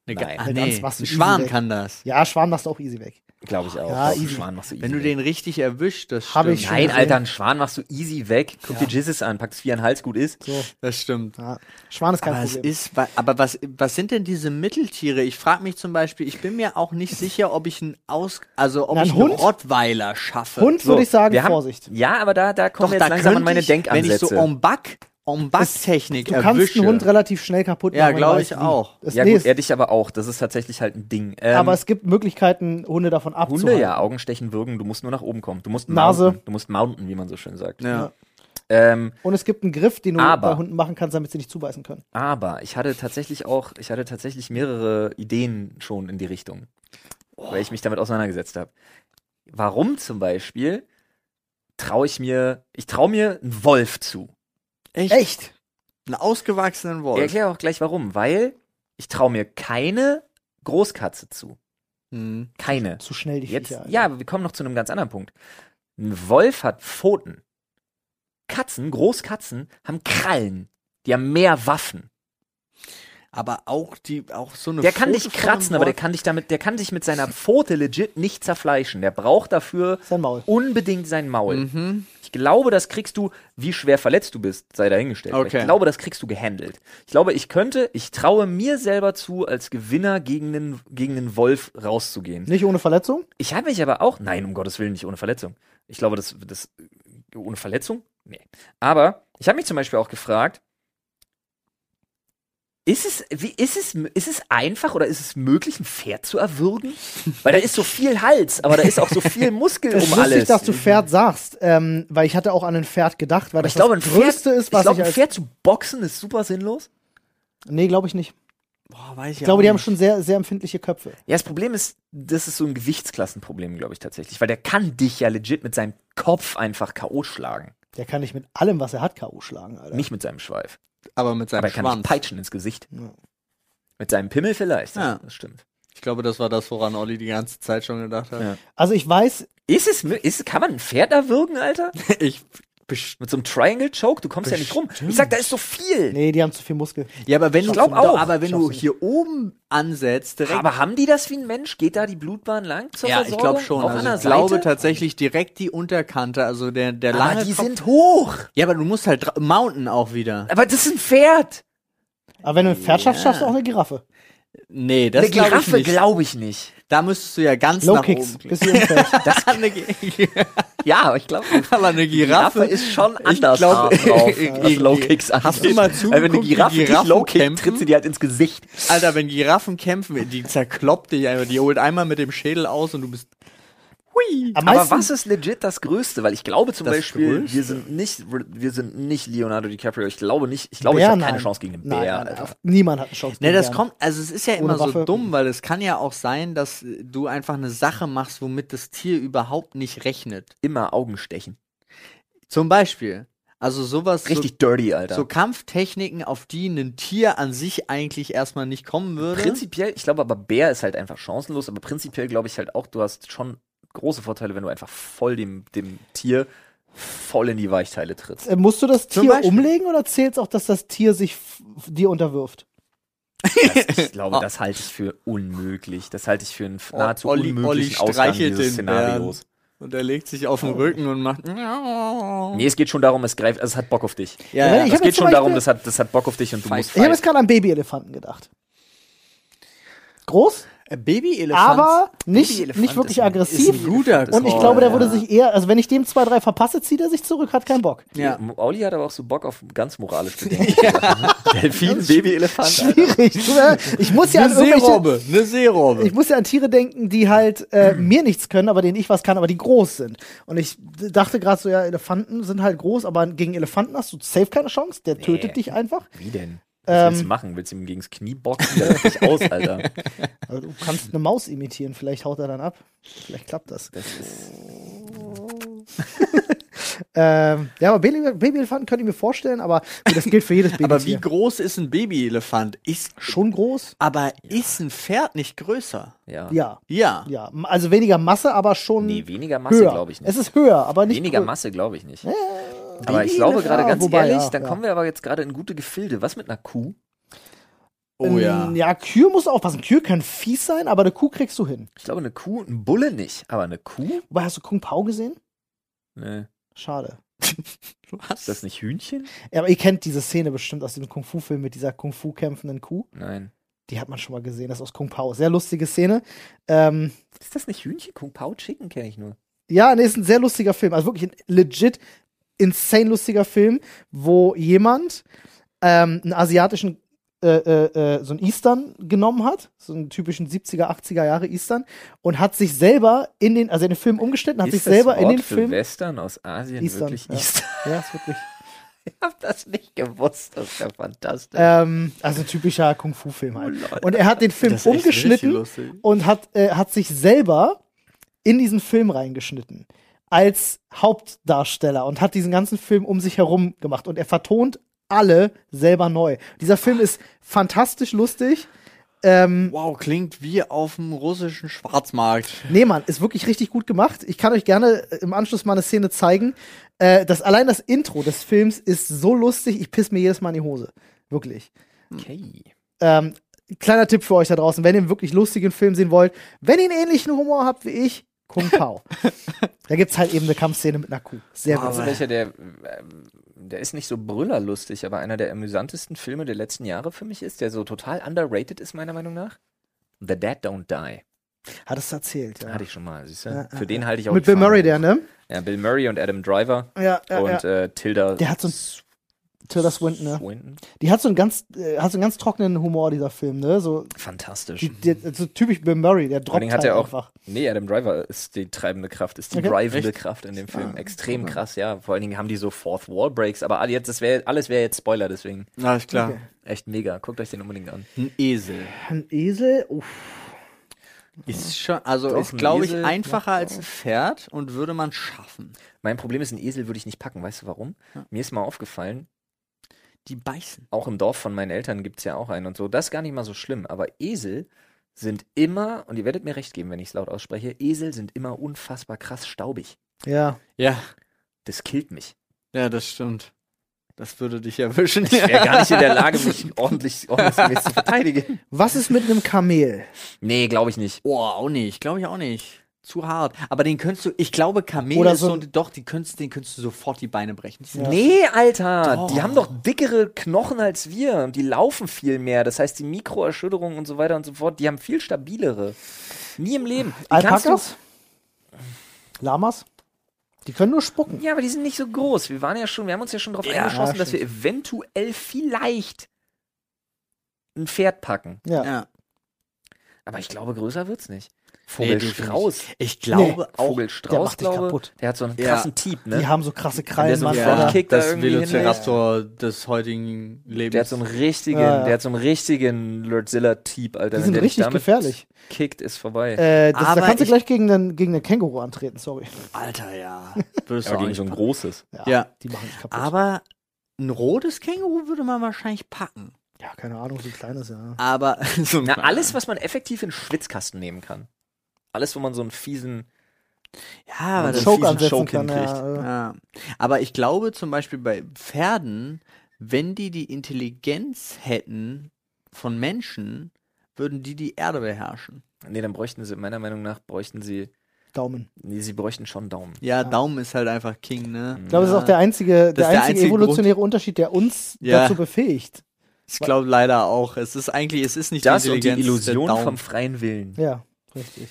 Eine, Ga
Nein.
Ach,
Eine
nee.
Gans machst du
ein
easy
Schwan
weg.
kann das.
Ja, Schwan machst du auch easy weg.
Glaube ich auch.
Ja,
Auch einen
easy.
Schwan machst du easy
Wenn du
weg.
den richtig erwischt, das
Hab
stimmt.
ich schon.
Nein,
gesehen.
Alter, einen Schwan machst du easy weg. Guck dir Jizzes an, packst vier an den Hals, gut ist.
So,
Das stimmt.
ja. Schwan ist kein
Aber, es
Problem.
ist, wa- aber was, was sind denn diese Mitteltiere? Ich frage mich zum Beispiel, ich bin mir auch nicht sicher, ob ich einen Aus, also ob
Na, ein
ich einen
Hund?
Rottweiler schaffe.
Hund würde ich sagen,
wir haben,
Vorsicht.
Ja, aber da, da kommen
Doch,
wir
da
jetzt langsam
könnte
an meine
ich,
Denkansätze.
wenn ich so en bac, en bac technik
Du kannst
erwische.
einen Hund relativ schnell kaputt machen.
Ja,
wenn du
glaub
weißt,
ich
wie.
auch.
Das
ja
nee,
gut,
ist-
er dich aber auch. Das ist tatsächlich halt ein Ding. Ähm,
aber es gibt Möglichkeiten, Hunde davon abzuhalten.
Hunde, ja, Augenstechen wirken, du musst nur nach oben kommen. Du musst
Nase.
mounten, du musst mounten, wie man so schön sagt.
Ja.
Ähm,
Und es gibt einen Griff, den du
Aber-
bei Hunden machen kannst, damit sie nicht zubeißen können.
aber ich hatte tatsächlich auch, ich hatte tatsächlich mehrere Ideen schon in die Richtung, weil ich mich damit auseinandergesetzt habe. Warum zum Beispiel traue ich mir, ich traue mir einen Wolf zu.
Echt?
Echt?
Einen ausgewachsenen
Ich
Wolf.
erkläre auch gleich warum, weil ich traue mir keine Großkatze zu.
Hm.
Keine.
Zu schnell die
Jetzt,
Viecher. Alter.
ja, aber wir kommen noch zu einem ganz anderen Punkt. Ein Wolf hat Pfoten. Katzen, Großkatzen, haben Krallen. Die haben mehr Waffen.
Aber auch die, auch so eine
Der kann
Pfote
dich
von einem
kratzen, aber der
Wolf.
kann dich damit, der kann dich mit seiner Pfote legit nicht zerfleischen. Der braucht dafür
Sein Maul.
unbedingt sein Maul.
Mhm.
Ich glaube, das kriegst du, wie schwer verletzt du bist, sei dahingestellt. Aber
Okay.
Ich glaube, das kriegst du gehandelt. Ich glaube, ich könnte, ich traue mir selber zu, als Gewinner gegen den, gegen den Wolf rauszugehen.
Nicht ohne Verletzung?
Ich habe mich aber auch, nein, um Gottes Willen, nicht ohne Verletzung. Ich glaube, das, das ohne Verletzung? Nee. Aber ich habe mich zum Beispiel auch gefragt, ist es, wie, ist, es, ist es einfach oder ist es möglich, ein Pferd zu erwürgen? Weil da ist so viel Hals, aber da ist auch so viel Muskel
Es ist
um
lustig,
alles.
dass du Pferd sagst, ähm, weil ich hatte auch an ein Pferd gedacht, weil
aber
das
ich glaube, ein
das
Pferd,
Größte ist, was
ich
ich,
glaube, ein
als...
Pferd zu boxen ist super sinnlos.
Nee, glaube ich nicht.
Boah, weiß ich
Ich glaube,
auch
die haben
nicht.
schon sehr, sehr empfindliche Köpfe.
Ja, das Problem ist, das ist so ein Gewichtsklassenproblem, glaube ich tatsächlich, weil der kann dich ja legit mit seinem Kopf einfach K.O. schlagen,
Der kann nicht mit allem, was er hat, K.O. schlagen, Alter.
nicht mit seinem Schweif.
Aber mit seinem
Aber er kann nicht
Schwanz.
peitschen ins Gesicht.
Ja.
Mit seinem Pimmel vielleicht.
Ja.
Das stimmt.
Ich glaube, das war das, woran Olli die ganze Zeit schon gedacht hat.
Ja.
Also ich weiß,
Ist es, mö- ist, kann man ein Pferd erwürgen, Alter?
Ich, best-
Mit so einem Triangle Choke? Du kommst ja nicht rum. Ich sag, da ist so viel.
nee, die haben zu viel Muskel.
ja, aber wenn du,
glaub
doch,
auch.
aber wenn
Schaffst
du
du nicht.
hier oben ansetzt, direkt
Aber haben die das wie ein Mensch? Geht da die Blutbahn lang zur
Ja, ich
Versorgung?
glaube schon.
Auch
Also
an der
ich glaube
Seite?
tatsächlich direkt die Unterkante, also der, der
Aber
lange
die
Kopf-
sind hoch.
Ja, aber du musst halt dra- mounten auch wieder.
Aber das ist ein Pferd.
Aber wenn du ein Pferd schaffst, schaffst du auch eine Giraffe.
Nee, das
eine
glaube ich
Giraffe
nicht.
glaube ich nicht.
da müsstest du ja ganz
Low
nach
Kicks,
oben.
bist du im Feld.
Das kann eine, Gi-
Ja, aber ich glaube
aber eine Giraffe,
ist schon
ich
anders
glaub-
hart drauf,
ich-
was
ich-
Low Kicks angeht.
Hast du mal
Weil wenn eine
zugeguckt, wie
Giraffe dich
Giraffen
Low Kick,
kämpfen?
tritt sie dir halt ins Gesicht.
Alter, wenn Giraffen kämpfen, die zerkloppt dich einfach, die holt einmal mit dem Schädel aus und du bist hui.
Am
Aber
meisten-
was ist legit das Größte? Weil ich glaube zum
Das
Beispiel,
Größte?
wir sind nicht, wir sind nicht Leonardo DiCaprio. Ich glaube nicht, ich glaube, ich
Bär,
habe keine
nein.
Chance gegen den Bär.
Nein, nein,
Alter.
auf- niemand hat eine Chance
Ne,
gegen
das
Bären.
kommt, also es ist ja
Ohne
immer so
Waffe.
dumm, weil es kann ja auch sein, dass äh, du einfach eine Sache machst, womit das Tier überhaupt nicht rechnet.
Immer Augenstechen.
Zum Beispiel. Also sowas.
Richtig dirty, Alter.
So, so Kampftechniken, auf die ein Tier an sich eigentlich erstmal nicht kommen würde.
prinzipiell, ich glaube aber Bär ist halt einfach chancenlos, aber prinzipiell glaube ich halt auch, du hast schon große Vorteile, wenn du einfach voll dem, dem Tier voll in die Weichteile trittst.
Äh, Musst du das
Zum
Tier
Beispiel.
umlegen oder zählt es auch, dass das Tier sich f- dir unterwirft?
Das, ich glaube, das halte ich für unmöglich. Das halte ich für einen nahezu
Oh, Olli- Olli
unmöglichen Ausgang
streichelt
dieses
den
Szenarios.
Und er legt sich auf den Rücken und macht.
Nee, es geht schon darum, es greift, also es hat Bock auf dich.
Ja, wenn ich
Es
hab jetzt
geht
zum
schon darum,
Beispiel-
das hat, das hat Bock auf dich und du
Fight.
musst
Ich habe
fighten.
jetzt gerade an Babyelefanten gedacht. Groß,
Äh, Babyelefant.
aber nicht,
Babyelefant
nicht
ist
wirklich
ein-
ist ein
aggressiv.
guter Call.
Und ich glaube, der
ja.
würde sich eher, also wenn ich dem zwei, drei verpasse, zieht er sich zurück, hat keinen Bock.
Ja.
Olli hat aber auch so Bock auf ganz moralisch bedenkliche Sachen. Delfin, Babyelefant. Alter.
Schwierig. du- Ich muss ja an
ne? Eine
irgendwelche,
Seerobbe. Eine Seerobbe.
ich muss ja an Tiere denken, die halt äh, mir nichts können, aber denen ich was kann, aber die groß sind. Und ich d- dachte gerade so, ja, Elefanten sind halt groß, aber gegen Elefanten hast du safe keine Chance. Der tötet dich einfach.
Wie denn? Was willst du
Ähm.
machen? Willst du ihm gegen das Knie boxen? Der lacht dich aus, Alter.
Also du kannst eine Maus imitieren, vielleicht haut er dann ab. Vielleicht klappt das.
Das ist,
Ähm, ja, aber Baby- Babyelefanten könnte ich mir vorstellen, aber gut, das gilt für jedes Baby.
Aber wie groß ist ein Babyelefant? Ist,
Schon groß?
aber ist ein Pferd nicht größer?
Ja.
Ja.
Ja.
Ja, m- also weniger Masse, aber schon
Nee, weniger Masse
höher.
glaube ich
Es
nicht.
ist höher, aber nicht
Weniger
grö-
Masse glaube ich nicht. Aber ich glaube
Babyelefant,
gerade ganz
wobei,
ehrlich,
ja,
dann
ja.
kommen wir aber jetzt gerade in gute Gefilde. Was mit einer Kuh?
Oh ja.
Ähm, Ja, Kühe muss aufpassen. Kühe können fies sein, aber eine Kuh kriegst du hin.
Ich glaube, eine Kuh, ein Bulle nicht, aber eine Kuh?
Wobei, hast du Kung Pao gesehen?
Nee.
Schade.
Was?
Ist das nicht Hühnchen?
Ja, aber ihr kennt diese Szene bestimmt aus dem Kung-Fu-Film mit dieser Kung-Fu-kämpfenden Kuh.
Nein.
Die hat man schon mal gesehen, das ist aus Kung Pao. Sehr lustige Szene. Ähm,
Ist das nicht Hühnchen? Kung Pao Chicken kenne ich nur.
ja, nee, ist ein sehr lustiger Film. Also wirklich ein legit insane lustiger Film, wo jemand ähm, einen asiatischen, äh, äh, äh, so einen Eastern genommen hat, so einen typischen 70er, 80er Jahre Eastern und hat sich selber in den, also in den Film umgeschnitten, hat
ist
sich selber
das
in
Wort
den
für
Film.
Western aus Asien
Eastern,
wirklich
ja.
Eastern?
Ja, ist wirklich.
Ich habe das nicht gewusst. Das ist ja fantastisch.
Ähm, also ein typischer Kung-Fu-Film halt.
Lol.
Und er hat den Film
Das ist echt richtig
umgeschnitten
lustig.
und hat, äh, hat sich selber in diesen Film reingeschnitten. Als Hauptdarsteller und hat diesen ganzen Film um sich herum gemacht. Und er vertont alle selber neu. Dieser Film ist fantastisch lustig. Ähm,
Wow, klingt wie auf dem russischen Schwarzmarkt.
nee, Mann, ist wirklich richtig gut gemacht. Ich kann euch gerne äh, im Anschluss mal eine Szene zeigen. Äh, das, allein das Intro des Films ist so lustig, ich piss mir jedes Mal in die Hose. Wirklich.
Okay.
Ähm, kleiner Tipp für euch da draußen, wenn ihr einen wirklich lustigen Film sehen wollt, wenn ihr einen ähnlichen Humor habt wie ich, Kung Pao. da gibt's halt eben eine Kampfszene mit einer Kuh. Sehr
Also
gut.
welcher der, ähm, der ist nicht so brüllerlustig, aber einer der amüsantesten Filme der letzten Jahre für mich ist, der so total underrated ist, meiner Meinung nach. The Dead Don't Die.
Hat es erzählt, ja.
Hatte ich schon mal, siehst du?
Ja, ja,
Für den halte ich auch
Mit
die
Bill
Fahne
Murray,
hoch.
der, ne?
Ja, Bill Murray und Adam Driver
Ja, ja,
und
ja.
äh, Tilda.
Der hat so ein-
S-
Tilda Swinton, ne?
Swinton.
Die hat so einen ganz, äh, hat so einen ganz trockenen Humor, dieser Film, ne? So,
Fantastisch.
die, die, so typisch Bill Murray, der
Vor
droppt
allem
halt
hat er auch.
einfach.
Nee, Adam Driver ist die treibende Kraft, ist die
Okay. Ah,
drivende Kraft in dem Film. Extrem krass, ja. Vor allen Dingen haben die so Fourth Wall Breaks, aber alle jetzt, das wär, alles wäre jetzt Spoiler, deswegen
Alles klar.
Okay.
echt mega. Guckt euch den unbedingt an.
Ein Esel.
Ein Esel? Uff.
Ist schon, also
Doch,
ist,
ein
glaube ich,
Esel
einfacher als ein Pferd und würde man schaffen.
Mein Problem ist, einen Esel würde ich nicht packen. Weißt du warum? Mir ist mal aufgefallen,
Die beißen.
auch im Dorf von meinen Eltern gibt es ja auch einen und so. Das ist gar nicht mal so schlimm, aber Esel sind immer, und ihr werdet mir recht geben, wenn ich es laut ausspreche, Esel sind immer unfassbar krass staubig.
Ja.
Ja,
Das killt mich.
ja, das stimmt. Das würde dich erwischen.
Ich wäre gar nicht in der Lage, mich ordentlich ordnungsgemäß zu verteidigen.
Was ist mit einem Kamel?
Nee, glaube ich nicht.
Oh, auch nicht, glaube ich auch nicht. Zu hart. Aber den könntest du, ich glaube, Kamel
Oder
ist
so
so,
ein-
doch, die könntest, den könntest du sofort die Beine brechen. Die sind
Ja.
Nee, Alter, die
Doch.
haben doch dickere Knochen als wir und die laufen viel mehr. Das heißt, die Mikroerschütterungen und so weiter und so fort, die haben viel stabilere. Nie im Leben. Die kannst du-
Alpakas? Lamas? Die können nur spucken.
Ja, aber die sind nicht so groß. Wir waren ja schon, wir haben uns ja schon darauf
Ja,
eingeschossen, dass wir
stimmt.
eventuell vielleicht ein Pferd packen.
Ja.
Ja.
Aber ich glaube, größer wird's nicht.
definitiv.
Vogelstrauß.
Ich glaube auch.
der
Vogelstrauß,
macht dich
glaube
kaputt.
Der hat so einen
Ja.
krassen Typ,
Die
ne?
haben so krasse
der
Krallen,
so
Mann.
einen
Alter.
Frontkick da
das
irgendwie hinlegt.
Velociraptor des heutigen Lebens.
Der hat so einen richtigen,
Ja, ja.
der hat so einen richtigen Lordzilla-Typ, Alter.
Die
Wenn
sind
der dich
richtig
damit
gefährlich.
Kickt, ist vorbei.
Äh, das, da
Aber
kannst du
ich-
gleich gegen den, gegen den Känguru antreten, sorry.
Alter, ja. Würdest
aber
du auch
gegen
nicht
so ein
packen.
großes.
Ja.
Die machen dich kaputt.
Aber ein rotes Känguru würde man wahrscheinlich packen.
ja, keine Ahnung, so ein kleines, ja.
Aber so ein
Na, alles, was man effektiv in den Schwitzkasten nehmen kann. Alles, wo man so einen fiesen,
Ja, aber
einen
das
Choke
fiesen
ansetzen
Choke
kann,
hinkriegt.
ja, äh.
also.
Ja. Aber ich glaube zum Beispiel bei Pferden, wenn die die Intelligenz hätten von Menschen, würden die die Erde beherrschen.
Nee, dann bräuchten sie, meiner Meinung nach, bräuchten sie,
Daumen.
nee, sie bräuchten schon Daumen.
Ja, Daumen ist halt einfach King,
Mhm.
ne?
Ich glaube, das ist auch der einzige, der
der
einzige,
einzige
evolutionäre Unterschied, der uns
Ja.
dazu befähigt.
Ich glaube leider auch. Es ist eigentlich, es ist nicht
Das
die
und die
Intelligenz.
Illusion
der Daumen.
vom freien Willen.
Ja, richtig.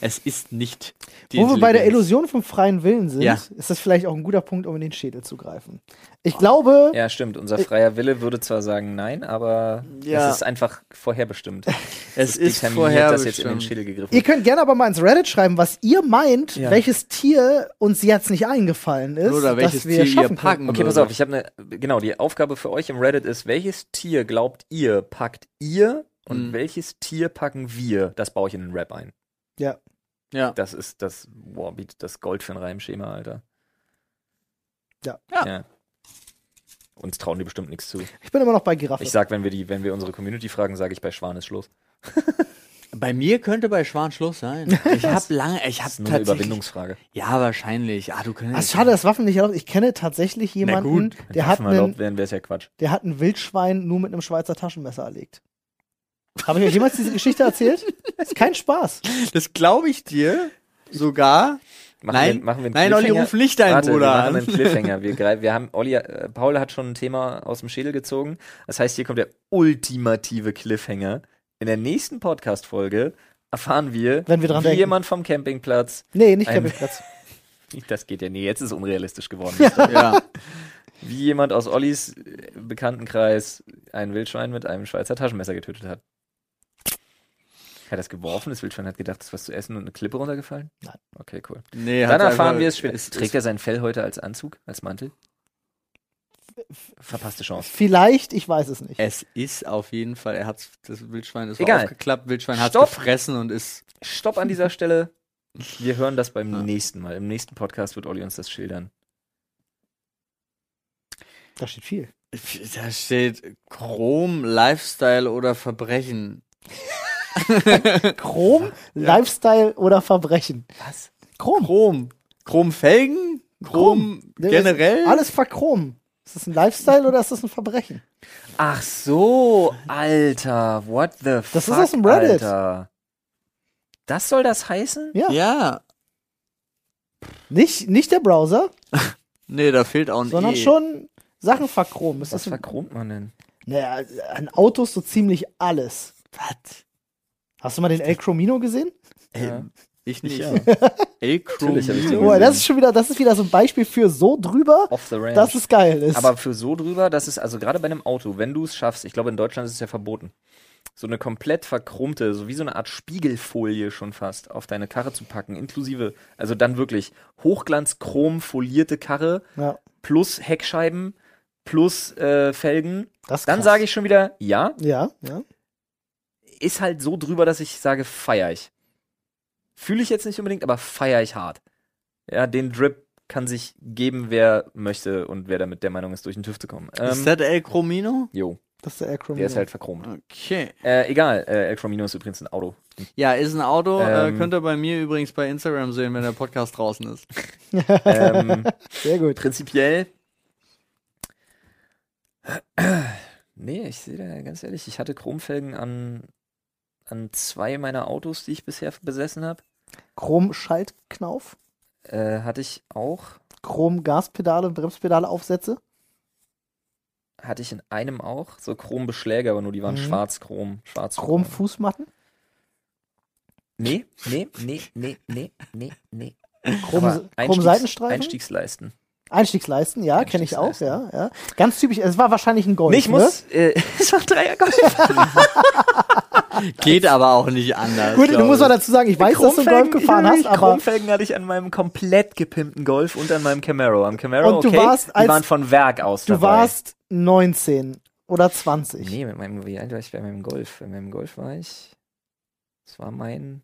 es ist nicht die
Wo wir bei der
Intelligenz.
Illusion vom freien Willen sind,
Ja.
ist das vielleicht auch ein guter Punkt, um in den Schädel zu greifen. Ich glaube,
Ja, stimmt. Unser freier Wille würde zwar sagen nein, aber
Ja.
es ist einfach vorherbestimmt.
Es ist
determiniert, dass jetzt in den
vorherbestimmt.
Schädel gegriffen
ihr
wird.
könnt gerne aber mal ins Reddit schreiben, was ihr meint,
Ja.
welches Tier uns jetzt nicht eingefallen ist,
Oder welches
das wir
Tier ihr
schaffen können.
packen
Okay, pass
würde.
auf, ich habe eine, genau, die Aufgabe für euch im Reddit ist, welches Tier glaubt ihr, packt ihr und
Mhm.
welches Tier packen wir? Das baue ich in den Rap ein.
Ja.
Ja.
Das ist das, boah, wie das Gold für ein Reimschema, Alter.
Ja.
Ja.
Ja. Uns trauen die bestimmt nichts zu.
Ich bin immer noch bei Giraffe.
Also
Ich sag, wenn wir die, wenn wir unsere Community fragen, sage ich, bei Schwan ist Schluss.
Bei mir könnte bei Schwan Schluss sein. Ich habe lange, ich habe
Das ist nur eine
tatsächlich.
Überwindungsfrage.
Ja, wahrscheinlich. Ah, du
Ach,
könntest.
schade, dass Waffen nicht erlaubt. Ich kenne tatsächlich jemanden,
gut.
Wenn
der hat,
Waffen erlaubt
einen,
wären, wäre es ja Quatsch.
der hat ein Wildschwein nur mit einem Schweizer Taschenmesser erlegt. Habe ich euch jemals diese Geschichte erzählt? Ist kein Spaß.
Das glaube ich dir sogar.
Machen
Nein.
wir, machen wir einen
Nein, Olli,
Cliffhanger?
ruf nicht deinen
Warte,
Bruder
wir machen
an.
einen Cliffhanger. Wir, greif- wir haben, Olli, äh, Paul hat schon ein Thema aus dem Schädel gezogen. Das heißt, hier kommt der ultimative Cliffhanger. In der nächsten Podcast-Folge erfahren wir,
Wenn wir dran
wie
denken.
jemand vom Campingplatz.
Nee, nicht
Ein-
Campingplatz.
Das geht ja nie, jetzt ist es unrealistisch geworden.
Ja.
Wie jemand aus Ollis äh, Bekanntenkreis ein Wildschwein mit einem Schweizer Taschenmesser getötet hat. Hat das geworfen? Das Wildschwein hat gedacht, es ist was zu essen und eine Klippe runtergefallen?
Nein.
Okay, cool.
Nee,
Dann
hat's
erfahren
einfach-
wir es später.
ist-
Trägt er sein Fell heute als Anzug, als Mantel? Verpasste Chance.
Vielleicht, ich weiß es nicht.
Es ist auf jeden Fall, er hat das Wildschwein ist
Egal.
aufgeklappt, Wildschwein hat
Stopp.
gefressen und ist.
Stopp an dieser Stelle. Wir hören das beim
Ja.
nächsten Mal. Im nächsten Podcast wird Olli uns das schildern.
Da steht viel.
Da steht Chrom, Lifestyle oder Verbrechen.
Chrom, Lifestyle oder Verbrechen.
Was?
Chrom.
Chrom. Chromfelgen? Chrom,
Das ist
generell?
Alles verchrom. Ist das ein Lifestyle oder ist das ein Verbrechen?
Ach so, Alter. What the fuck?
ist aus dem Reddit.
Alter. Das soll das heißen?
Ja.
Ja.
Nicht, nicht der Browser,
Nee, da fehlt auch ein
sondern
e.
schon Sachen verchromen. Ist
Was
das ein,
verchromt man denn?
naja, an Autos so ziemlich alles.
Was?
Hast du mal den El Chromino gesehen?
Ey,
Ja.
Ich nicht.
Ich ja.
El
Natürlich hab ich den
Chromino.
Oh,
gesehen.
das ist schon wieder, das ist wieder so ein Beispiel für so drüber,
Off the range.
dass es geil ist.
Aber für so drüber, das ist also gerade bei einem Auto, wenn du es schaffst, ich glaube in Deutschland ist es ja verboten, so eine komplett verkrummte, so wie so eine Art Spiegelfolie schon fast auf deine Karre zu packen, inklusive, also dann wirklich hochglanzchrom folierte Karre
ja,
plus Heckscheiben plus äh, Felgen,
das ist
dann
krass.
sage ich schon wieder, ja,
Ja, ja.
ist halt so drüber, dass ich sage, feier ich. Fühle ich jetzt nicht unbedingt, aber feier ich hart. Ja, den Drip kann sich geben, wer möchte und wer damit der Meinung ist, durch den TÜV zu kommen. Ähm,
Ist das El Chromino?
jo,
Das ist der El Chromino.
der ist halt verchromt.
Okay.
Äh, egal, äh, El Chromino ist übrigens ein Auto.
Ja, ist ein Auto.
Ähm.
Äh, könnt ihr bei mir übrigens bei Instagram sehen, wenn der Podcast draußen ist.
ähm,
Sehr gut.
prinzipiell. Nee, ich sehe da ganz ehrlich, ich hatte Chromfelgen an, an zwei meiner Autos, die ich bisher besessen habe.
Chrom-Schaltknauf,
Äh, hatte ich auch.
Chrom-Gaspedale und Bremspedale Aufsätze.
hatte ich in einem auch so Chrombeschläge, aber nur die waren
Mhm.
schwarz-chrom. Schwarz
Chrom-Fußmatten,
Nee, nee, nee, nee, nee, nee, nee. Aber
Chrom-Seitenstreifen.
Einstiegsleisten.
Einstiegsleisten, ja, kenne ich auch, ja,
Einstiegsleisten.
ja. Ganz typisch, es war wahrscheinlich ein Golf. ne?
nee, ich muss. Äh, es war ein Dreiergolf.
Geht aber auch nicht anders.
Ne? Gut,
Also
glaub
du musst
ich.
mal dazu sagen, ich weiß, dass du einen Golf gefahren hast, aber
Chromfelgen hatte ich an meinem komplett gepimpten Golf und an meinem Camaro. Am Camaro,
Und du
okay,
warst als-
die waren von Werk aus
du
dabei.
warst 19 oder 20.
Nee, mit meinem, wie alt war ich bei meinem Golf? Bei meinem Golf war ich. Das war mein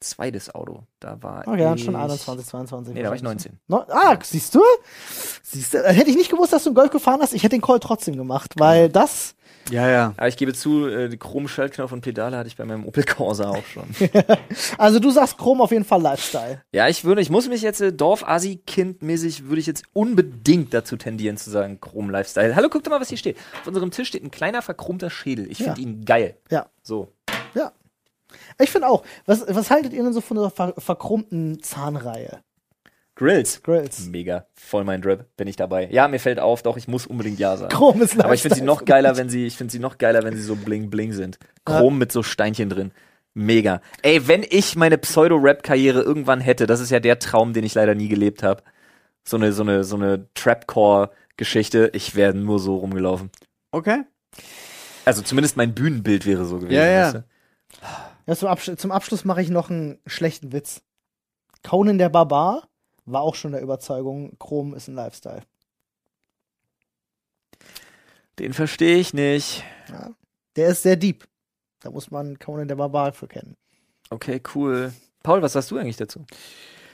zweites Auto. Da war
Oh ja,
ich.
schon 21, 22.
Nee, da war ich
wahrscheinlich.
19.
Neu- ah, siehst du? Siehst du? Hätte ich nicht gewusst, dass du einen Golf gefahren hast, ich hätte den Call trotzdem gemacht, weil das.
Ja, ja.
Aber ich gebe zu, äh, die Chrom-Schaltknopf und Pedale hatte ich bei meinem Opel Corsa auch schon.
Also du sagst Chrom auf jeden Fall Lifestyle.
ja, ich würde, ich muss mich jetzt äh, Dorf-Asi-Kind-mäßig, würde ich jetzt unbedingt dazu tendieren zu sagen, Chrom-Lifestyle. Hallo, guck doch mal, was hier steht. Auf unserem Tisch steht ein kleiner verchromter Schädel. Ich
Ja.
finde ihn geil.
Ja.
So.
Ja. Ich finde auch. Was, was haltet ihr denn so von der ver verkrummten Zahnreihe?
Grills.
Grills.
Mega. Voll mein Drip. Bin ich dabei. Ja, mir fällt auf, doch, ich muss unbedingt Ja sagen.
Chrom ist Lifestyle.
Aber ich finde sie noch geiler, wenn sie, ich finde sie noch geiler, wenn sie so bling bling sind. Chrom mit so Steinchen drin. Mega. Ey, wenn ich meine Pseudo-Rap-Karriere irgendwann hätte, das ist ja der Traum, den ich leider nie gelebt habe. So eine, so eine, so eine Trapcore-Geschichte. Ich wäre nur so rumgelaufen.
Okay.
Also zumindest mein Bühnenbild wäre so gewesen.
Ja, ja.
weißt du?
Ja, zum, Absch zum Abschluss mache ich noch einen schlechten Witz. Conan der Barbar war auch schon der Überzeugung, Chrom ist ein Lifestyle.
Den verstehe ich nicht.
Ja. Der ist sehr deep. Da muss man Conan der Barbar für kennen.
Okay, cool. Paul, was sagst du eigentlich dazu?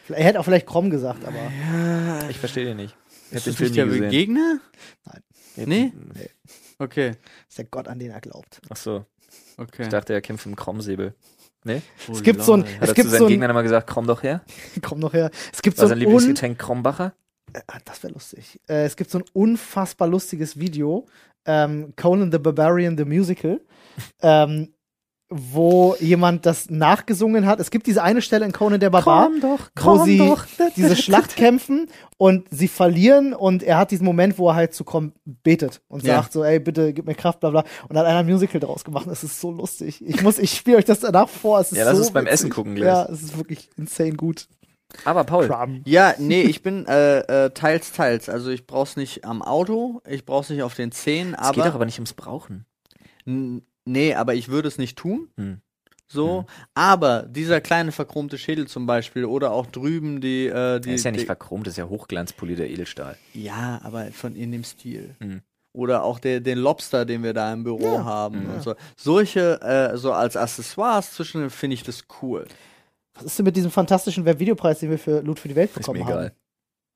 Er hätte auch vielleicht Chrom gesagt, aber
Ich verstehe den nicht. Ich hab
Ist
den
das
Film
nicht der
nie gesehen.
Gegner?
Ich hab-
Nee? Okay,
Ist der Gott, an den er glaubt.
Ach so.
okay.
Ich dachte, er kämpft mit einem Kromsäbel. Nee?
Es gibt so ein-
Hat
Es
er zu
gibt
seinen
so ein-
Gegnern immer gesagt, komm doch her?
Komm noch her. Es gibt
War
so
sein
ein un
Lieblingsgetränk Krombacher?
Ah, das wäre lustig. Äh, es gibt so ein unfassbar lustiges Video, ähm, Conan the Barbarian, the Musical, ähm, wo jemand das nachgesungen hat. Es gibt diese eine Stelle in Conan der Barbar,
doch,
wo sie diese Schlacht kämpfen und sie verlieren und er hat diesen Moment, wo er halt zu kommen betet und
Ja.
sagt so, ey, bitte gib mir Kraft, bla bla. Und hat einer ein Musical draus gemacht. Es ist so lustig. Ich muss, ich spiele euch das danach vor. Es ist
Ja, lass
so
uns beim
witzig.
Essen gucken gleich.
Ja, es ist wirklich insane gut.
Aber Paul,
Kram.
Ja, nee, ich bin äh, äh, teils, teils. Also ich brauch's nicht am Auto, ich brauch's nicht auf den Zehen,
es geht doch
aber.
aber nicht ums Brauchen.
N- Nee, aber ich würde es nicht tun.
Hm.
So. Aber dieser kleine verchromte Schädel zum Beispiel oder auch drüben die, äh, die.
Er ist ja nicht
die
verchromt, das ist ja hochglanzpolierter Edelstahl.
ja, aber von in dem Stil.
Hm.
Oder auch der, den Lobster, den wir da im Büro
Ja.
haben und so. Solche, äh, so als Accessoires zwischen finde ich das cool.
Was ist denn mit diesem fantastischen Webvideopreis, den wir für Loot für die Welt
Ist mir
bekommen haben?
egal.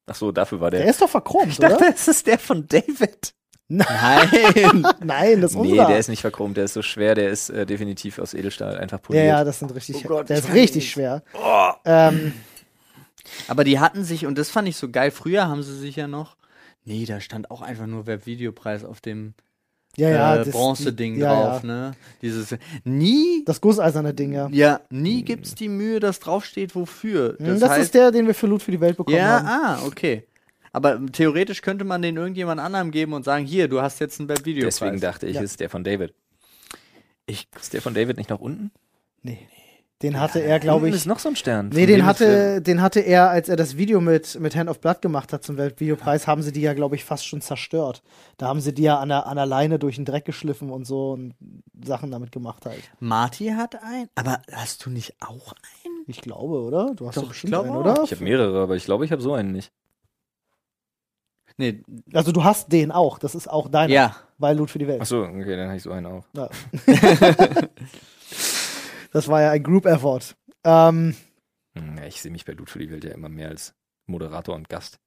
Ach so, dafür war
Der
der.
ist doch verchromt, oder?
es ist der von David.
Nein!
Nein, das ist
Nee,
unser.
der ist nicht verchromt, der ist so schwer, der ist äh, definitiv aus Edelstahl einfach
ja,
poliert.
ja, das sind richtig.
Oh Gott,
der
ich
ist
kann nicht.
richtig schwer. Ähm,
Aber die hatten sich, und das fand ich so geil, früher haben sie sich ja noch. Nee, da stand auch einfach nur Webvideopreis auf dem
ja, ja,
äh,
das-
Bronze-Ding
ja,
drauf,
Ja.
ne? Dieses nie,
Das gusseiserne Ding, ja.
ja, nie gibt's die Mühe, dass draufsteht, wofür.
Mhm. Das, ist der, den wir für Loot für die Welt bekommen
Ja,
haben.
ah, okay. Aber ähm, theoretisch könnte man den irgendjemand anderem geben und sagen, hier, du hast jetzt ein Webvideopreis.
Deswegen dachte ich,
Ja.
es ist der von David.
ich.
Ist der von David nicht nach unten?
Nee. Den hatte er, glaube
Unten
ich.
ist noch so ein Stern. Hm.
Nee,
Von
den
dem ist
hatte, den hatte er, als er das Video mit, mit Hand of Blood gemacht hat zum Weltvideopreis, haben sie die ja, glaube ich, fast schon zerstört. Da haben sie die ja an der, an der Leine durch den Dreck geschliffen und so und Sachen damit gemacht halt.
Marty hat einen, aber hast du nicht auch einen?
Ich glaube, oder? Du hast doch
Doch, ich
bestimmt
glaube
einen,
auch.
oder?
Ich habe mehrere, aber ich glaube, ich habe so einen nicht.
Nee,
Also du hast den auch, das ist auch deiner,
ja.
weil Loot für die Welt.
Ach so, okay, dann habe ich so einen auch.
Ja. das war ja ein Group Effort. Ähm,
Hm, ja, Ich sehe mich bei Loot für die Welt ja immer mehr als Moderator und Gast.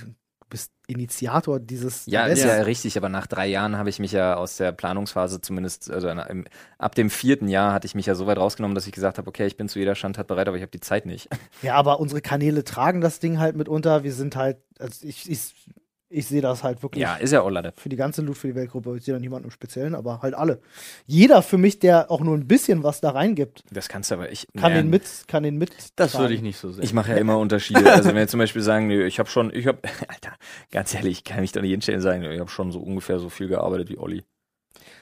du bist Initiator dieses
Ja, ist
Events.
ja richtig, aber nach drei Jahren habe ich mich ja aus der Planungsphase zumindest, also na- im, ab dem vierten Jahr hatte ich mich ja so weit rausgenommen, dass ich gesagt habe, okay, ich bin zu jeder Standart bereit, aber ich habe die Zeit nicht.
ja, aber unsere Kanäle tragen das Ding halt mitunter. Wir sind halt, also ich, ich, ich sehe das halt wirklich
Ja, ist ja auch leider.
für die ganze Loot für die Weltgruppe. Ich sehe da niemanden im Speziellen, aber halt alle. Jeder für mich, der auch nur ein bisschen was da reingibt,
Das kannst du aber, ich
kann
naja,
den mit, kann den mit.
Das würde ich nicht so sehen.
Ich mache ja immer Unterschiede. Also wenn wir zum Beispiel sagen, nee, ich habe schon, ich habe, Alter, ganz ehrlich, ich kann mich doch nicht hinstellen und sagen, ich habe schon so ungefähr so viel gearbeitet wie Olli.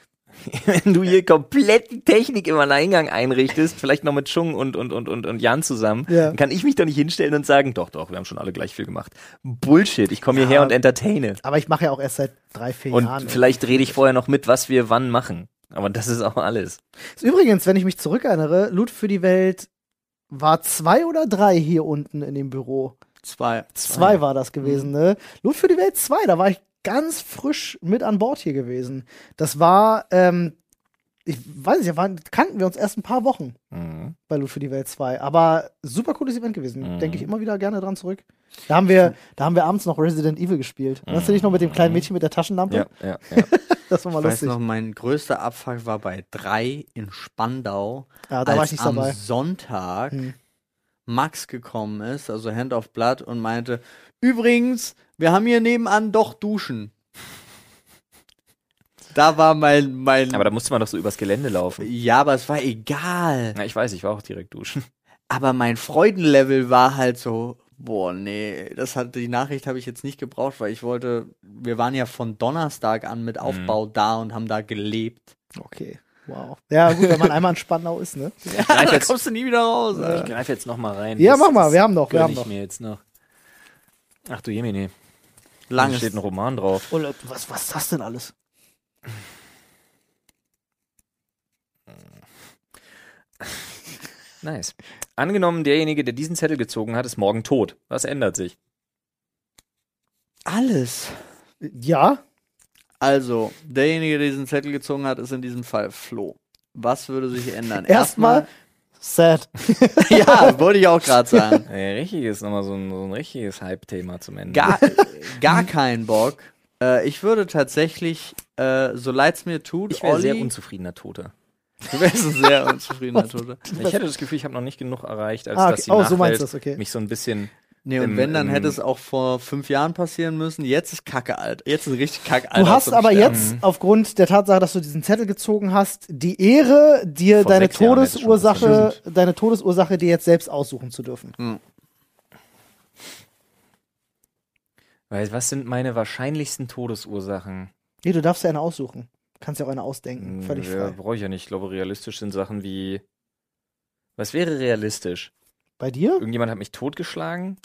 Wenn du hier komplett die Technik im Alleingang einrichtest, vielleicht noch mit Chung und, und, und, und, und Jan zusammen,
Ja.
dann kann ich mich doch nicht hinstellen und sagen, doch, doch, wir haben schon alle gleich viel gemacht. Bullshit, ich komme hierher und entertaine.
Aber ich mache ja auch erst seit drei, vier
Und
Jahren.
vielleicht rede ich vorher noch mit, was wir wann machen. Aber das ist auch alles.
Übrigens, wenn ich mich zurückerinnere, Loot für die Welt war zwei oder drei hier unten in dem Büro.
Zwei. Mhm.
Zwei war das gewesen, ne? Loot für die Welt 2, da war ich ganz frisch mit an Bord hier gewesen. Das war, ähm, ich weiß nicht, da waren, kannten wir uns erst ein paar Wochen
Mhm.
bei Loot für die Welt 2, aber super cooles Event gewesen.
Mhm.
Denke ich immer wieder gerne dran zurück. Da haben wir, da haben wir abends noch Resident Evil gespielt. Hast du nicht noch mit dem kleinen Mädchen mit der Taschenlampe?
Ja, ja, ja.
Das war mal
Mhm. Ich weiß
lustig.
noch, mein größter Abfuck war bei drei in Spandau.
Ja, Ah, da
als
war ich nicht
am
dabei.
Sonntag
Hm.
Max gekommen ist, also Hand of Blood, und meinte: Übrigens, wir haben hier nebenan doch Duschen. Da war mein. mein
Aber da musste man doch so übers Gelände laufen.
ja, aber es war egal.
Na, ich weiß, ich war auch direkt duschen.
Aber mein Freudenlevel war halt so. Boah, nee, das hat die Nachricht habe ich jetzt nicht gebraucht, weil ich wollte, wir waren ja von Donnerstag an mit Aufbau da und haben da gelebt.
Okay. Wow. Ja, gut, wenn man einmal in Spandau ist, ne?
Ich greif
Da
jetzt-
kommst du nie wieder raus.
Ich
Alter.
greife jetzt noch mal rein.
Äh, Ja, mach mal, wir haben noch, wir
gönn
haben
ich
noch.
mir jetzt noch. Ach du Jemine, da
Langes
steht ein Roman drauf.
Oh, Leute, was, was ist das denn alles?
Nice. Angenommen, derjenige, der diesen Zettel gezogen hat, ist morgen tot. Was ändert sich?
Alles.
Ja,
Also, derjenige, der diesen Zettel gezogen hat, ist in diesem Fall Flo. Was würde sich ändern?
Erstmal Sad.
ja, wollte ich auch gerade sagen.
Ey, richtig ist nochmal so ein, so ein richtiges Hype-Thema zum Ende.
Gar, gar keinen Bock. Äh, ich würde tatsächlich, äh, so leid's mir tut,
ich wäre sehr
Olli-
unzufriedener Tote.
Du wärst ein sehr unzufriedener Tote.
Ich hätte das Gefühl, ich habe noch nicht genug erreicht, als
Ah, okay.
dass die
Oh,
Nachwelt
so meinst du das, okay.
mich so ein bisschen
Nee, und
Im-
wenn, dann
im-
hätte es auch vor fünf Jahren passieren müssen. Jetzt ist Kacke alt. Jetzt ist richtig Kacke alt.
Du hast aber
Mhm.
jetzt aufgrund der Tatsache, dass du diesen Zettel gezogen hast, die Ehre, dir
Vor
deine
sechs Jahren hätte ich schon
Todesursache, deine Todesursache dir jetzt selbst aussuchen zu dürfen.
Weil was sind meine wahrscheinlichsten Todesursachen?
Nee, du darfst ja eine aussuchen. Kannst ja auch eine ausdenken. Völlig
Mhm, Ja,
frei.
Brauche ich ja nicht. Ich glaube, realistisch sind Sachen wie. Was wäre realistisch?
Bei dir?
Irgendjemand hat mich totgeschlagen,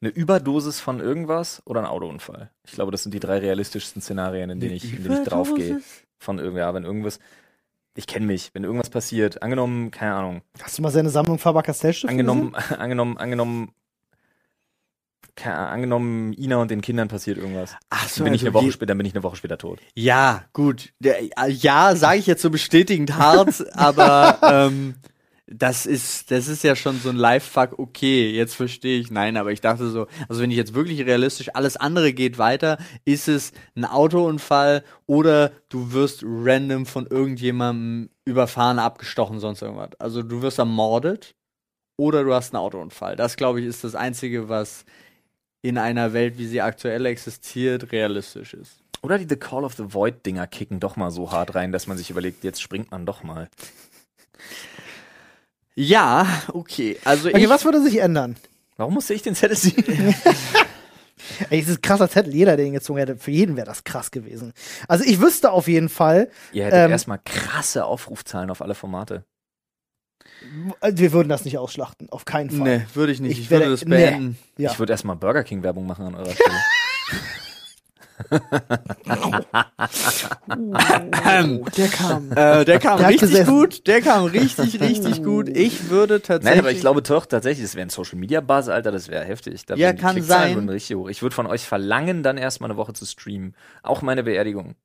eine Überdosis von irgendwas oder ein Autounfall. Ich glaube, das sind die drei realistischsten Szenarien, in denen ich, in denen ich draufgehe. Von irgendwer, wenn irgendwas. Ich kenne mich, wenn irgendwas passiert, angenommen, keine Ahnung,
Hast du mal seine Sammlung Faber-Castell-Stifte
angenommen, angenommen, angenommen, keine Ahnung, angenommen, Ina und den Kindern passiert irgendwas.
Ach so,
Dann bin ich
also
eine Woche
je-
später, dann bin ich eine Woche später tot.
Ja, gut. Der, äh, ja, sage ich jetzt so bestätigend hart, aber ähm, das ist das ist ja schon so ein Lifefuck. Okay, jetzt verstehe ich. Nein, aber ich dachte so, also wenn ich jetzt wirklich realistisch alles andere geht weiter, ist es ein Autounfall oder du wirst random von irgendjemandem überfahren, abgestochen, sonst irgendwas. Also du wirst ermordet oder du hast einen Autounfall. Das glaube ich ist das einzige, was in einer Welt, wie sie aktuell existiert, realistisch ist.
Oder die The Call of the Void-Dinger kicken doch mal so hart rein, dass man sich überlegt, jetzt springt man doch mal.
Ja, okay. Also
Okay,
ich,
was würde sich ändern?
Warum musste ich den Zettel ziehen?
Ey, es ist ein krasser Zettel. Jeder, der ihn gezogen hätte, für jeden wäre das krass gewesen. Also ich wüsste auf jeden Fall,
Ihr hättet
Ähm.
erstmal krasse Aufrufzahlen auf alle Formate.
also wir würden das nicht ausschlachten. Auf keinen Fall.
Nee, würde ich nicht.
Ich
Ich,
werde-
würde das
nee.
beenden.
Ja.
Ich würde erstmal Burger King Werbung machen an eurer Stelle. Ähm.
Oh, der kam.
Äh, der kam
Der hat
richtig
gesessen.
gut. Der kam richtig, richtig gut. Ich würde tatsächlich.
Nein, aber ich glaube doch tatsächlich, das wäre ein Social Media Buzz, Alter, das wäre heftig. Da
Ja,
würden die
kann
Klickzahlen
sein.
würden Richtig hoch. Ich würde von euch verlangen, dann erstmal eine Woche zu streamen. Auch meine Beerdigung.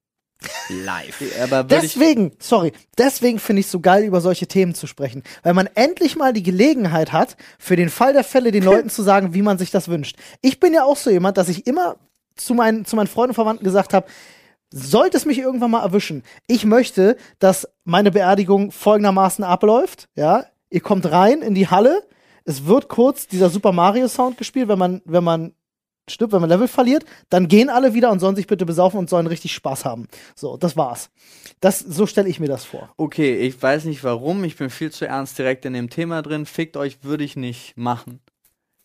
Live.
aber würde ich,
Deswegen, sorry, deswegen finde ich es so geil, über solche Themen zu sprechen. Weil man endlich mal die Gelegenheit hat, für den Fall der Fälle den Leuten zu sagen, wie man sich das wünscht. Ich bin ja auch so jemand, dass ich immer zu meinen, zu meinen Freunden und Verwandten gesagt habe, sollte es mich irgendwann mal erwischen, ich möchte, dass meine Beerdigung folgendermaßen abläuft. Ja, ihr kommt rein in die Halle, es wird kurz dieser Super Mario Sound gespielt, wenn man, wenn man stirbt, wenn man Level verliert, dann gehen alle wieder und sollen sich bitte besaufen und sollen richtig Spaß haben. So, das war's. Das, so stelle ich mir das vor.
okay, ich weiß nicht warum. Ich bin viel zu ernst direkt in dem Thema drin. Fickt euch, würde ich nicht machen.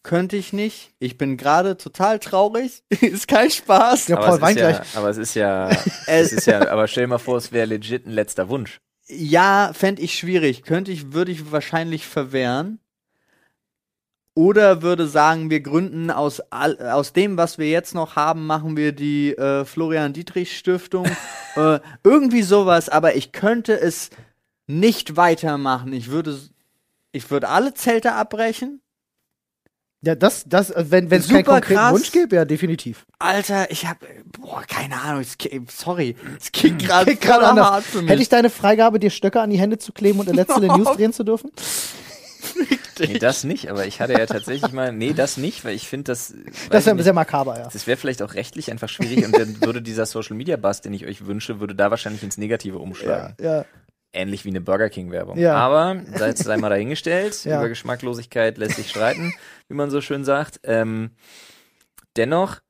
Könnte ich nicht. Ich bin gerade total traurig. ist kein Spaß.
Ja,
aber,
Paul
es ist
weint
ja,
gleich.
aber es ist ja, es ist ja, aber stell dir mal vor, es wäre legit ein letzter Wunsch.
Ja, fände ich schwierig. Könnte ich, würde ich wahrscheinlich verwehren. Oder würde sagen, wir gründen aus, all, aus dem, was wir jetzt noch haben, machen wir die äh, Florian-Dietrich-Stiftung. äh, irgendwie sowas, aber ich könnte es nicht weitermachen. Ich würde, s- ich würde alle Zelte abbrechen.
Ja, das, das, äh, wenn es keinen
Super
konkreten
krass.
Wunsch gibt, ja, definitiv.
Alter, ich hab, boah, keine Ahnung, es, ki- sorry, es klingt gerade
Klingt grad anders.
hart für mich.
Hätte ich deine Freigabe, dir Stöcke an die Hände zu kleben und in letzte News drehen zu dürfen?
Nee, das nicht, aber ich hatte ja tatsächlich mal, nee, das nicht, weil ich finde, das,
Das
weiß ich
wäre
nicht.
sehr makaber, ja.
das wäre vielleicht auch rechtlich einfach schwierig und dann würde dieser Social Media Buzz, den ich euch wünsche, würde da wahrscheinlich ins Negative umschlagen.
Ja, ja.
ähnlich wie eine Burger King Werbung.
Ja.
Aber sei, sei mal dahingestellt,
Ja.
über Geschmacklosigkeit lässt sich streiten, wie man so schön sagt. Ähm, dennoch,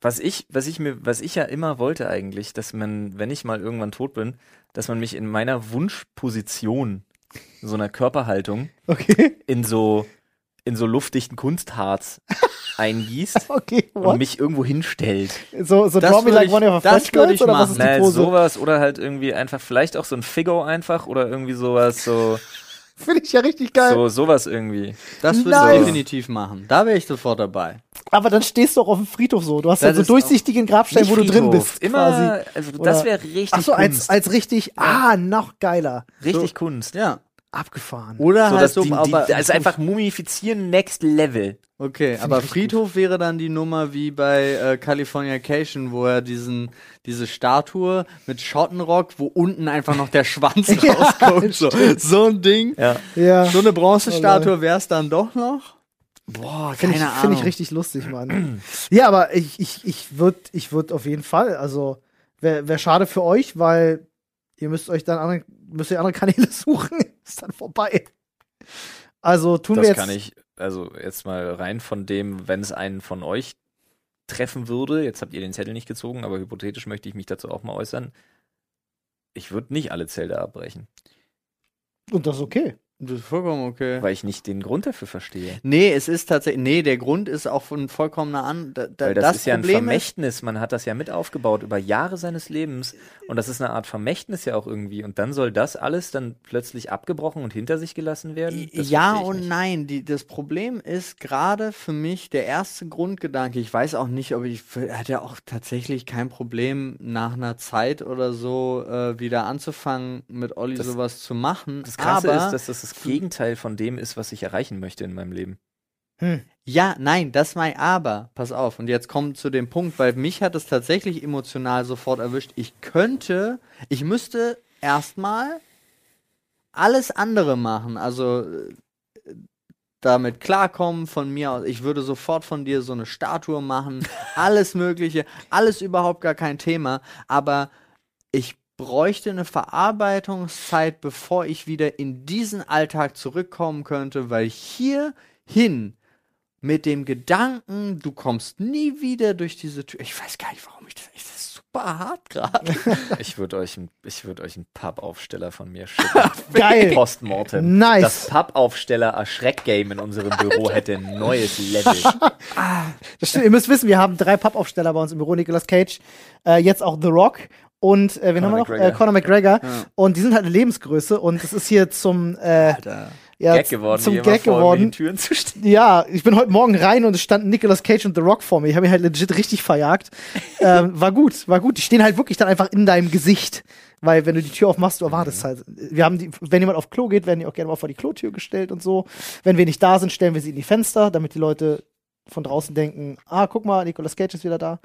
was ich, was ich mir, was ich ja immer wollte eigentlich, dass man, wenn ich mal irgendwann tot bin, dass man mich in meiner Wunschposition, in so einer Körperhaltung,
Okay,
in so in so luftdichten Kunstharz eingießt
okay,
und
what?
mich irgendwo hinstellt.
So, so
Das
draw me
würd
like
ich-
one of a
das
Flash
würd
Girls
ich
oder was
machen.
ist die
Naja,
Pose?
sowas oder halt irgendwie einfach, vielleicht auch so ein Figo einfach oder irgendwie sowas, so,
Finde ich ja richtig geil.
so sowas irgendwie.
das würde
Nice.
ich definitiv machen. Da wäre ich sofort dabei.
Aber dann stehst du auch auf dem Friedhof so. Du hast
Das
ja so
ist
durchsichtigen Grabstein, wo du
Nicht
drin
Friedhof,
bist.
Immer,
quasi.
also
Oder-
das wäre richtig
Ach so, als,
Kunst.
als richtig, ah, noch geiler.
richtig Kunst.
Ja.
Abgefahren.
Oder
So,
halt
dass
so,
die, die,
aber.
das ist einfach mumifizieren next level.
okay, aber Friedhof wäre dann die Nummer wie bei äh, California Cation, wo er diesen, diese Statue mit Schottenrock, wo unten einfach noch der Schwanz
Ja,
rausguckt. So, so ein Ding.
Ja. Oh,
Ja.
So eine Bronzestatue wäre es dann doch noch.
Boah,
Finde ich, find ich richtig lustig, Mann. ja, aber ich, ich, ich würde ich würd auf jeden Fall, also wäre wär schade für euch, weil ihr müsst euch dann andere, müsst ihr andere Kanäle suchen, ist dann vorbei. Also tun wir
Das
jetzt.
kann ich, also jetzt mal rein von dem, wenn es einen von euch treffen würde, jetzt habt ihr den Zettel nicht gezogen, aber hypothetisch möchte ich mich dazu auch mal äußern. Ich würde nicht alle Zelte abbrechen,
Und das ist okay.
Das ist vollkommen okay.
weil ich nicht den Grund dafür verstehe.
Nee, es ist tatsächlich. Nee, der Grund ist auch von vollkommener an. Da, da,
Weil das, ist ja ein
Problem ist,
Vermächtnis, man hat das ja mit aufgebaut über Jahre seines Lebens und das ist eine Art Vermächtnis ja auch irgendwie und dann soll das alles dann plötzlich abgebrochen und hinter sich gelassen werden? Das
ja
verstehe ich
und
nicht.
nein. Die, das Problem ist gerade für mich der erste Grundgedanke. Ich weiß auch nicht, ob ich er hat ja auch tatsächlich kein Problem nach einer Zeit oder so äh, wieder anzufangen mit Olli
Das-
sowas zu machen.
Das Krasse
aber,
ist, dass das das Gegenteil von dem ist, was ich erreichen möchte in meinem Leben.
Hm.
Ja, nein, das mein Aber. Pass auf. Und jetzt kommt zu dem Punkt, weil mich hat es tatsächlich emotional sofort erwischt. Ich könnte, ich müsste erstmal alles andere machen. Also äh, damit klarkommen von mir aus. Ich würde sofort von dir so eine Statue machen. Alles Mögliche. Alles überhaupt gar kein Thema. Aber ich bräuchte eine Verarbeitungszeit, bevor ich wieder in diesen Alltag zurückkommen könnte, weil hierhin mit dem Gedanken, du kommst nie wieder durch diese Tür. Ich weiß gar nicht, warum ich das. Ich, das ist super hart gerade.
Ich würde euch, ein- ich würd euch einen Pappaufsteller von mir schicken.
Geil.
Postmortem.
Nice.
Das Pappaufsteller-Erschreck-Game in unserem Büro hätte ein neues Level.
Das stimmt, ihr müsst wissen, wir haben drei Pappaufsteller bei uns im Büro, Nicolas Cage, äh, jetzt auch The Rock und äh, wen
Conor
haben wir noch?
McGregor.
Äh, Conor McGregor. Und die sind halt eine Lebensgröße und es ist hier zum, äh,
Alter.
ja,
Gag geworden.
zum
hier
Gag
immer vor mir
geworden.
in die Türen zu stehen.
Ja, ich bin heute Morgen rein und es standen Nicolas Cage und The Rock vor mir. Ich habe mich halt legit richtig verjagt. ähm, war gut, war gut. Die stehen halt wirklich dann einfach in deinem Gesicht. Weil wenn du die Tür aufmachst, du erwartest
Mhm.
halt. Wir haben die, wenn jemand auf Klo geht, werden die auch gerne mal vor die Klotür gestellt und so. Wenn wir nicht da sind, stellen wir sie in die Fenster, damit die Leute von draußen denken, ah, guck mal, Nicolas Cage ist wieder da.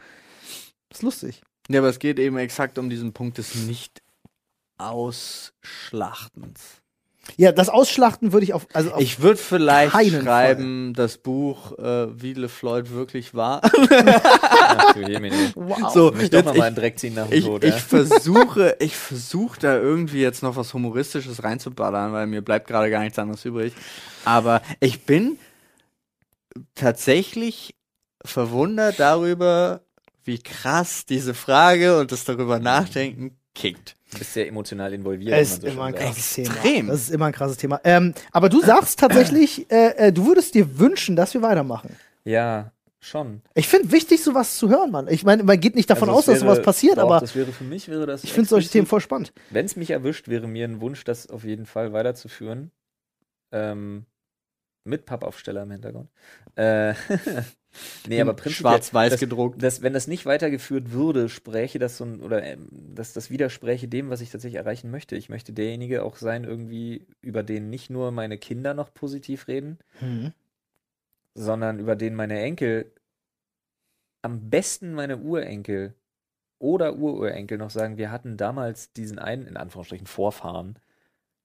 ist lustig.
Ja, aber es geht eben exakt um diesen Punkt des Nicht-Ausschlachtens.
Ja, das Ausschlachten würde ich auf, also auf
Ich würde vielleicht
keinen
schreiben, das Buch, äh, wie LeFloid wirklich war.
Ach du Jemine.
wow.
so,
Mich
jetzt
doch
ich-
nochmal in den Dreck ziehen nach dem
Ich,
Tod.
ich
ja?
versuche, ich versuche da irgendwie jetzt noch was Humoristisches reinzuballern, weil mir bleibt gerade gar nichts anderes übrig. Aber ich bin tatsächlich verwundert darüber, wie krass diese Frage und das darüber nachdenken kickt.
Du bist sehr emotional involviert.
Es
wie
ist
man so
immer ein
schön sagt.
krasses Thema.
Extrem.
Das ist immer ein krasses Thema. Ähm, aber du sagst tatsächlich, äh, äh, du würdest dir wünschen, dass wir weitermachen.
Ja, schon.
Ich finde wichtig, sowas zu hören, Mann. Ich meine, man geht nicht davon
Also
aus, dass
es wäre-
sowas passiert,
doch,
aber
Das wäre für mich, wäre das.
ich finde solche Themen voll spannend.
Wenn es mich erwischt, wäre mir ein Wunsch, das auf jeden Fall weiterzuführen. Ähm, mit Pappaufsteller im Hintergrund. Äh, nee, aber prinzipiell.
Schwarz-weiß
das-
gedruckt.
das, wenn das nicht weitergeführt würde, spräche das so ein, oder ähm, dass das widerspräche dem, was ich tatsächlich erreichen möchte. Ich möchte derjenige auch sein, irgendwie, über den nicht nur meine Kinder noch positiv reden,
Hm.
sondern über den meine Enkel, am besten meine Urenkel oder Ururenkel noch sagen, wir hatten damals diesen einen, in Anführungsstrichen, Vorfahren,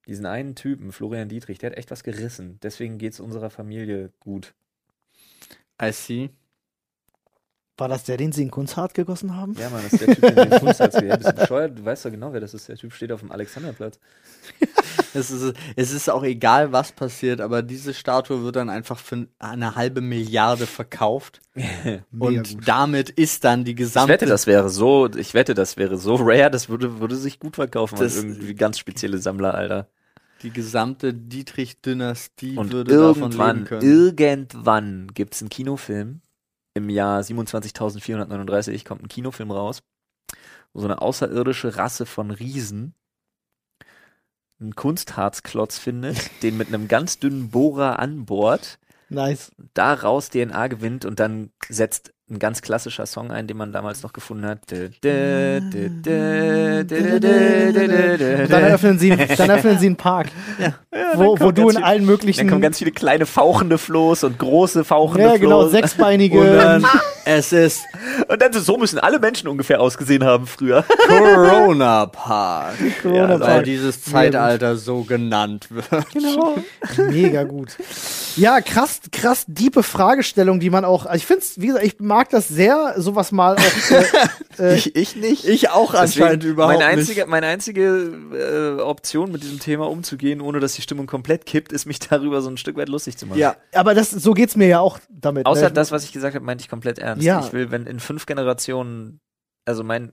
diesen einen Typen, Florian Dietrich, der hat echt was gerissen. Deswegen geht es unserer Familie gut.
I see.
War das der, den sie in Kunsthardt gegossen haben?
Ja, Mann, das ist der Typ, den du Kunstharz ja, bist du bescheuert? Du weißt doch genau, wer das ist. Der Typ steht auf dem Alexanderplatz.
Es ist, es ist auch egal, was passiert, aber diese Statue wird dann einfach für eine halbe Milliarde verkauft. und damit ist dann die
Ich
gesamte
wette, das wäre so, ich wette, das wäre so rare, das würde, würde sich gut verkaufen
Das-
an irgendwie ganz spezielle Sammler, Alter.
Die gesamte Dietrich-Dynastie
Und
würde davon leben
irgendwann,
können.
irgendwann gibt es einen Kinofilm. Im Jahr 27.439 kommt ein Kinofilm raus, wo so eine außerirdische Rasse von Riesen einen Kunstharzklotz findet, den mit einem ganz dünnen Bohrer anbohrt
Nice.
daraus DNA gewinnt und dann setzt ein ganz klassischer Song ein, den man damals noch gefunden hat. Dann
Dann eröffnen sie, dann eröffnen sie einen Park, wo, wo
kommt
du
ganz
in
viel-
allen möglichen.
Dann kommen ganz viele kleine fauchende Floß und große fauchende
ja, genau,
Floß.
sechsbeinige.
Und dann, es ist
Und dann so, so müssen alle Menschen ungefähr ausgesehen haben früher.
Corona Park.
Corona
Weil
Park.
dieses Zeitalter so genannt wird.
Genau. Mega gut. Ja, krass, krass diepe Fragestellung, die man auch. Also ich find's, wie gesagt, ich mag das sehr, sowas mal auch. Äh,
Ich, ich nicht. Ich auch anscheinend
Deswegen,
überhaupt
meine
nicht.
einzige, Meine einzige äh, Option, mit diesem Thema umzugehen, ohne dass die Stimmung komplett kippt, ist, mich darüber so ein Stück weit lustig zu machen.
Ja, Äh,
aber das, so geht's mir ja auch damit.
Außer
ne?
das, was ich gesagt habe, meinte ich komplett ernst.
Ja.
Ich will, wenn in fünf Generationen, also mein,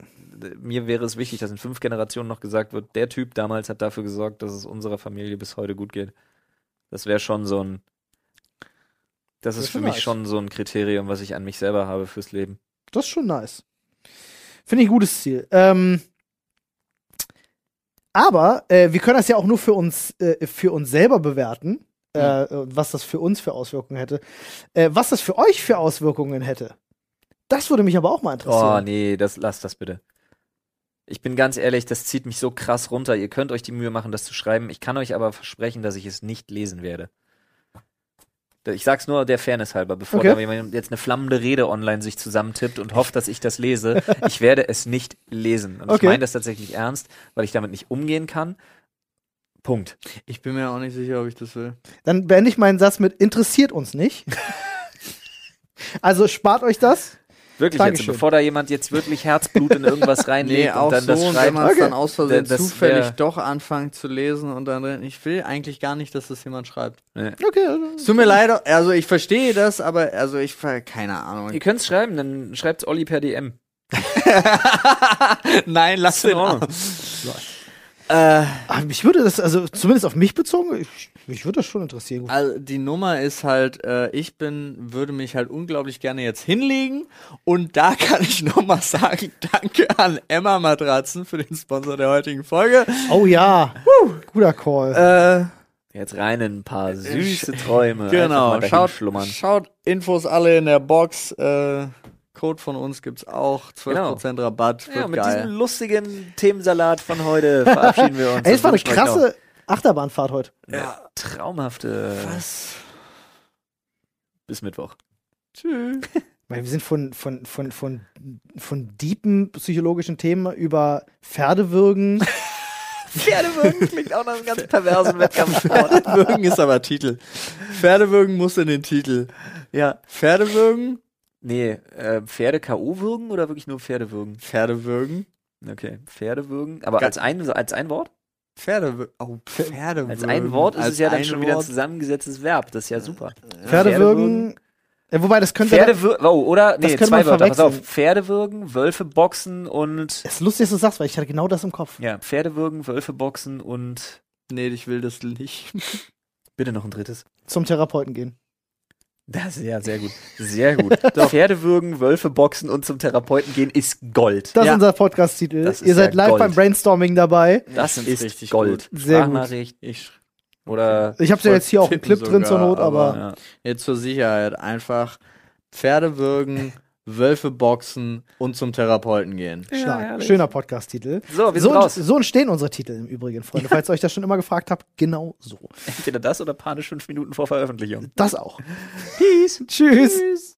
mir wäre es wichtig, dass in fünf Generationen noch gesagt wird, der Typ damals hat dafür gesorgt, dass es unserer Familie bis heute gut geht. Das wäre schon so ein, das
Das
ist
ist
für
schon
mich
nice.
schon so ein Kriterium, was ich an mich selber habe fürs Leben.
Das ist schon nice. Finde ich ein gutes Ziel. Ähm, aber äh, wir können das ja auch nur für uns, äh, für uns selber bewerten, äh, was das für uns für Auswirkungen hätte. Äh, was das für euch für Auswirkungen hätte. Das würde mich aber auch mal
Oh,
interessieren.
nee, das, lass das bitte. Ich bin ganz ehrlich, das zieht mich so krass runter. Ihr könnt euch die Mühe machen, das zu schreiben. Ich kann euch aber versprechen, dass ich es nicht lesen werde. Da- Ich sag's nur der Fairness halber, bevor
Okay.
da jemand jetzt eine flammende Rede online sich zusammentippt und hofft, dass ich das lese. Ich werde es nicht lesen. Und ich
Okay.
meine das tatsächlich ernst, weil ich damit nicht umgehen kann. Punkt.
ich bin mir auch nicht sicher, ob ich das will.
Dann beende ich meinen Satz mit interessiert uns nicht. also spart euch das.
Wirklich jetzt,
Dankeschön.
bevor da jemand jetzt wirklich Herzblut in irgendwas reinlegt
Nee,
und
auch
dann
so,
das
und wenn
schreibt.
man es
Okay.
dann aus Versehen
Das wär-
zufällig doch anfängt zu lesen und dann, ich will eigentlich gar nicht, dass das jemand schreibt.
Okay.
Es tut mir leid, also ich verstehe das, aber also ich, ver- keine Ahnung.
Ihr könnt's schreiben, dann schreibt's Olli per DM.
Nein, lass
In
den
Ordnung.
auch. Äh,
Aber mich würde das, also zumindest auf mich bezogen, ich, mich würde das schon interessieren.
also die Nummer ist halt, äh, ich bin, würde mich halt unglaublich gerne jetzt hinlegen und da kann ich nochmal sagen, danke an Emma Matratzen für den Sponsor der heutigen Folge.
Ah.
Oh ja. Guter Call.
Äh,
Jetzt rein in ein paar süße Träume. Einfach mal
Genau,
dahin
schaut,
schlummern.
schaut Infos alle in der Box. Äh, Code von uns gibt's auch. 12% Rabatt. Wird
Genau. Ja, mit
geil.
diesem lustigen Themensalat von heute verabschieden wir uns.
Ey, es war eine
und wünschen euch
krasse Achterbahnfahrt heute.
noch eine traumhafte.
Was?
Bis Mittwoch.
Tschüss.
Weil wir sind von, von, von, von, von deepen psychologischen Themen über Pferdewürgen.
Pferdewürgen klingt auch nach einem ganz perversen Wettkampfsport.
Pferdewürgen ist aber Titel. Pferdewürgen muss in den Titel.
ja.
Pferdewürgen?
Nee, äh, Pferde K.O. würgen oder wirklich nur Pferde würgen?
Pferdewürgen?
Okay, Pferde würgen. Aber
Ga-
als ein, als ein Wort?
Pferdewürgen. Oh, Pferdewürgen.
Als ein Wort ist
Als
es ja dann
ein
schon wieder ein
Wort.
zusammengesetztes Verb. Das ist ja super.
Pferdewürgen. Ja, wobei, das könnte.
Pferde wür- oh, oder? Nee,
könnte
zwei
man
Wörter. Pass auf.
verwechseln.
Pferde würgen, Wölfe boxen und
das ist lustig, dass du sagst, weil ich hatte genau das im Kopf.
Ja, Pferde würgen, Wölfe boxen und
Nee, ich will das nicht.
bitte noch ein drittes.
Zum Therapeuten gehen.
Das ist ja sehr gut. Sehr gut. Pferde würgen, Wölfe boxen und zum Therapeuten gehen ist Gold.
Das
Ja.
ist unser Podcast-Titel.
Das ist
Ihr seid
ja
live
Gold.
beim Brainstorming dabei.
Das
Ich find's
ist
richtig
Gold.
gut. Sehr gut.
Sprachnachricht
Ich sch-
oder
Ich hab's ja jetzt hier auch einen
Tippen
Clip drin zur
sogar,
Not, aber.
ja.
Jetzt zur Sicherheit einfach Pferdewürgen, Wölfe boxen und zum Therapeuten gehen.
Stark.
herrlich.
Schöner Podcast-Titel.
So, wir sind
So,
raus.
so entstehen unsere Titel im Übrigen, Freunde. Falls ihr euch das schon immer gefragt habt, genau so.
Entweder das oder panisch fünf Minuten vor Veröffentlichung.
Das auch. Peace. Tschüss.
Tschüss.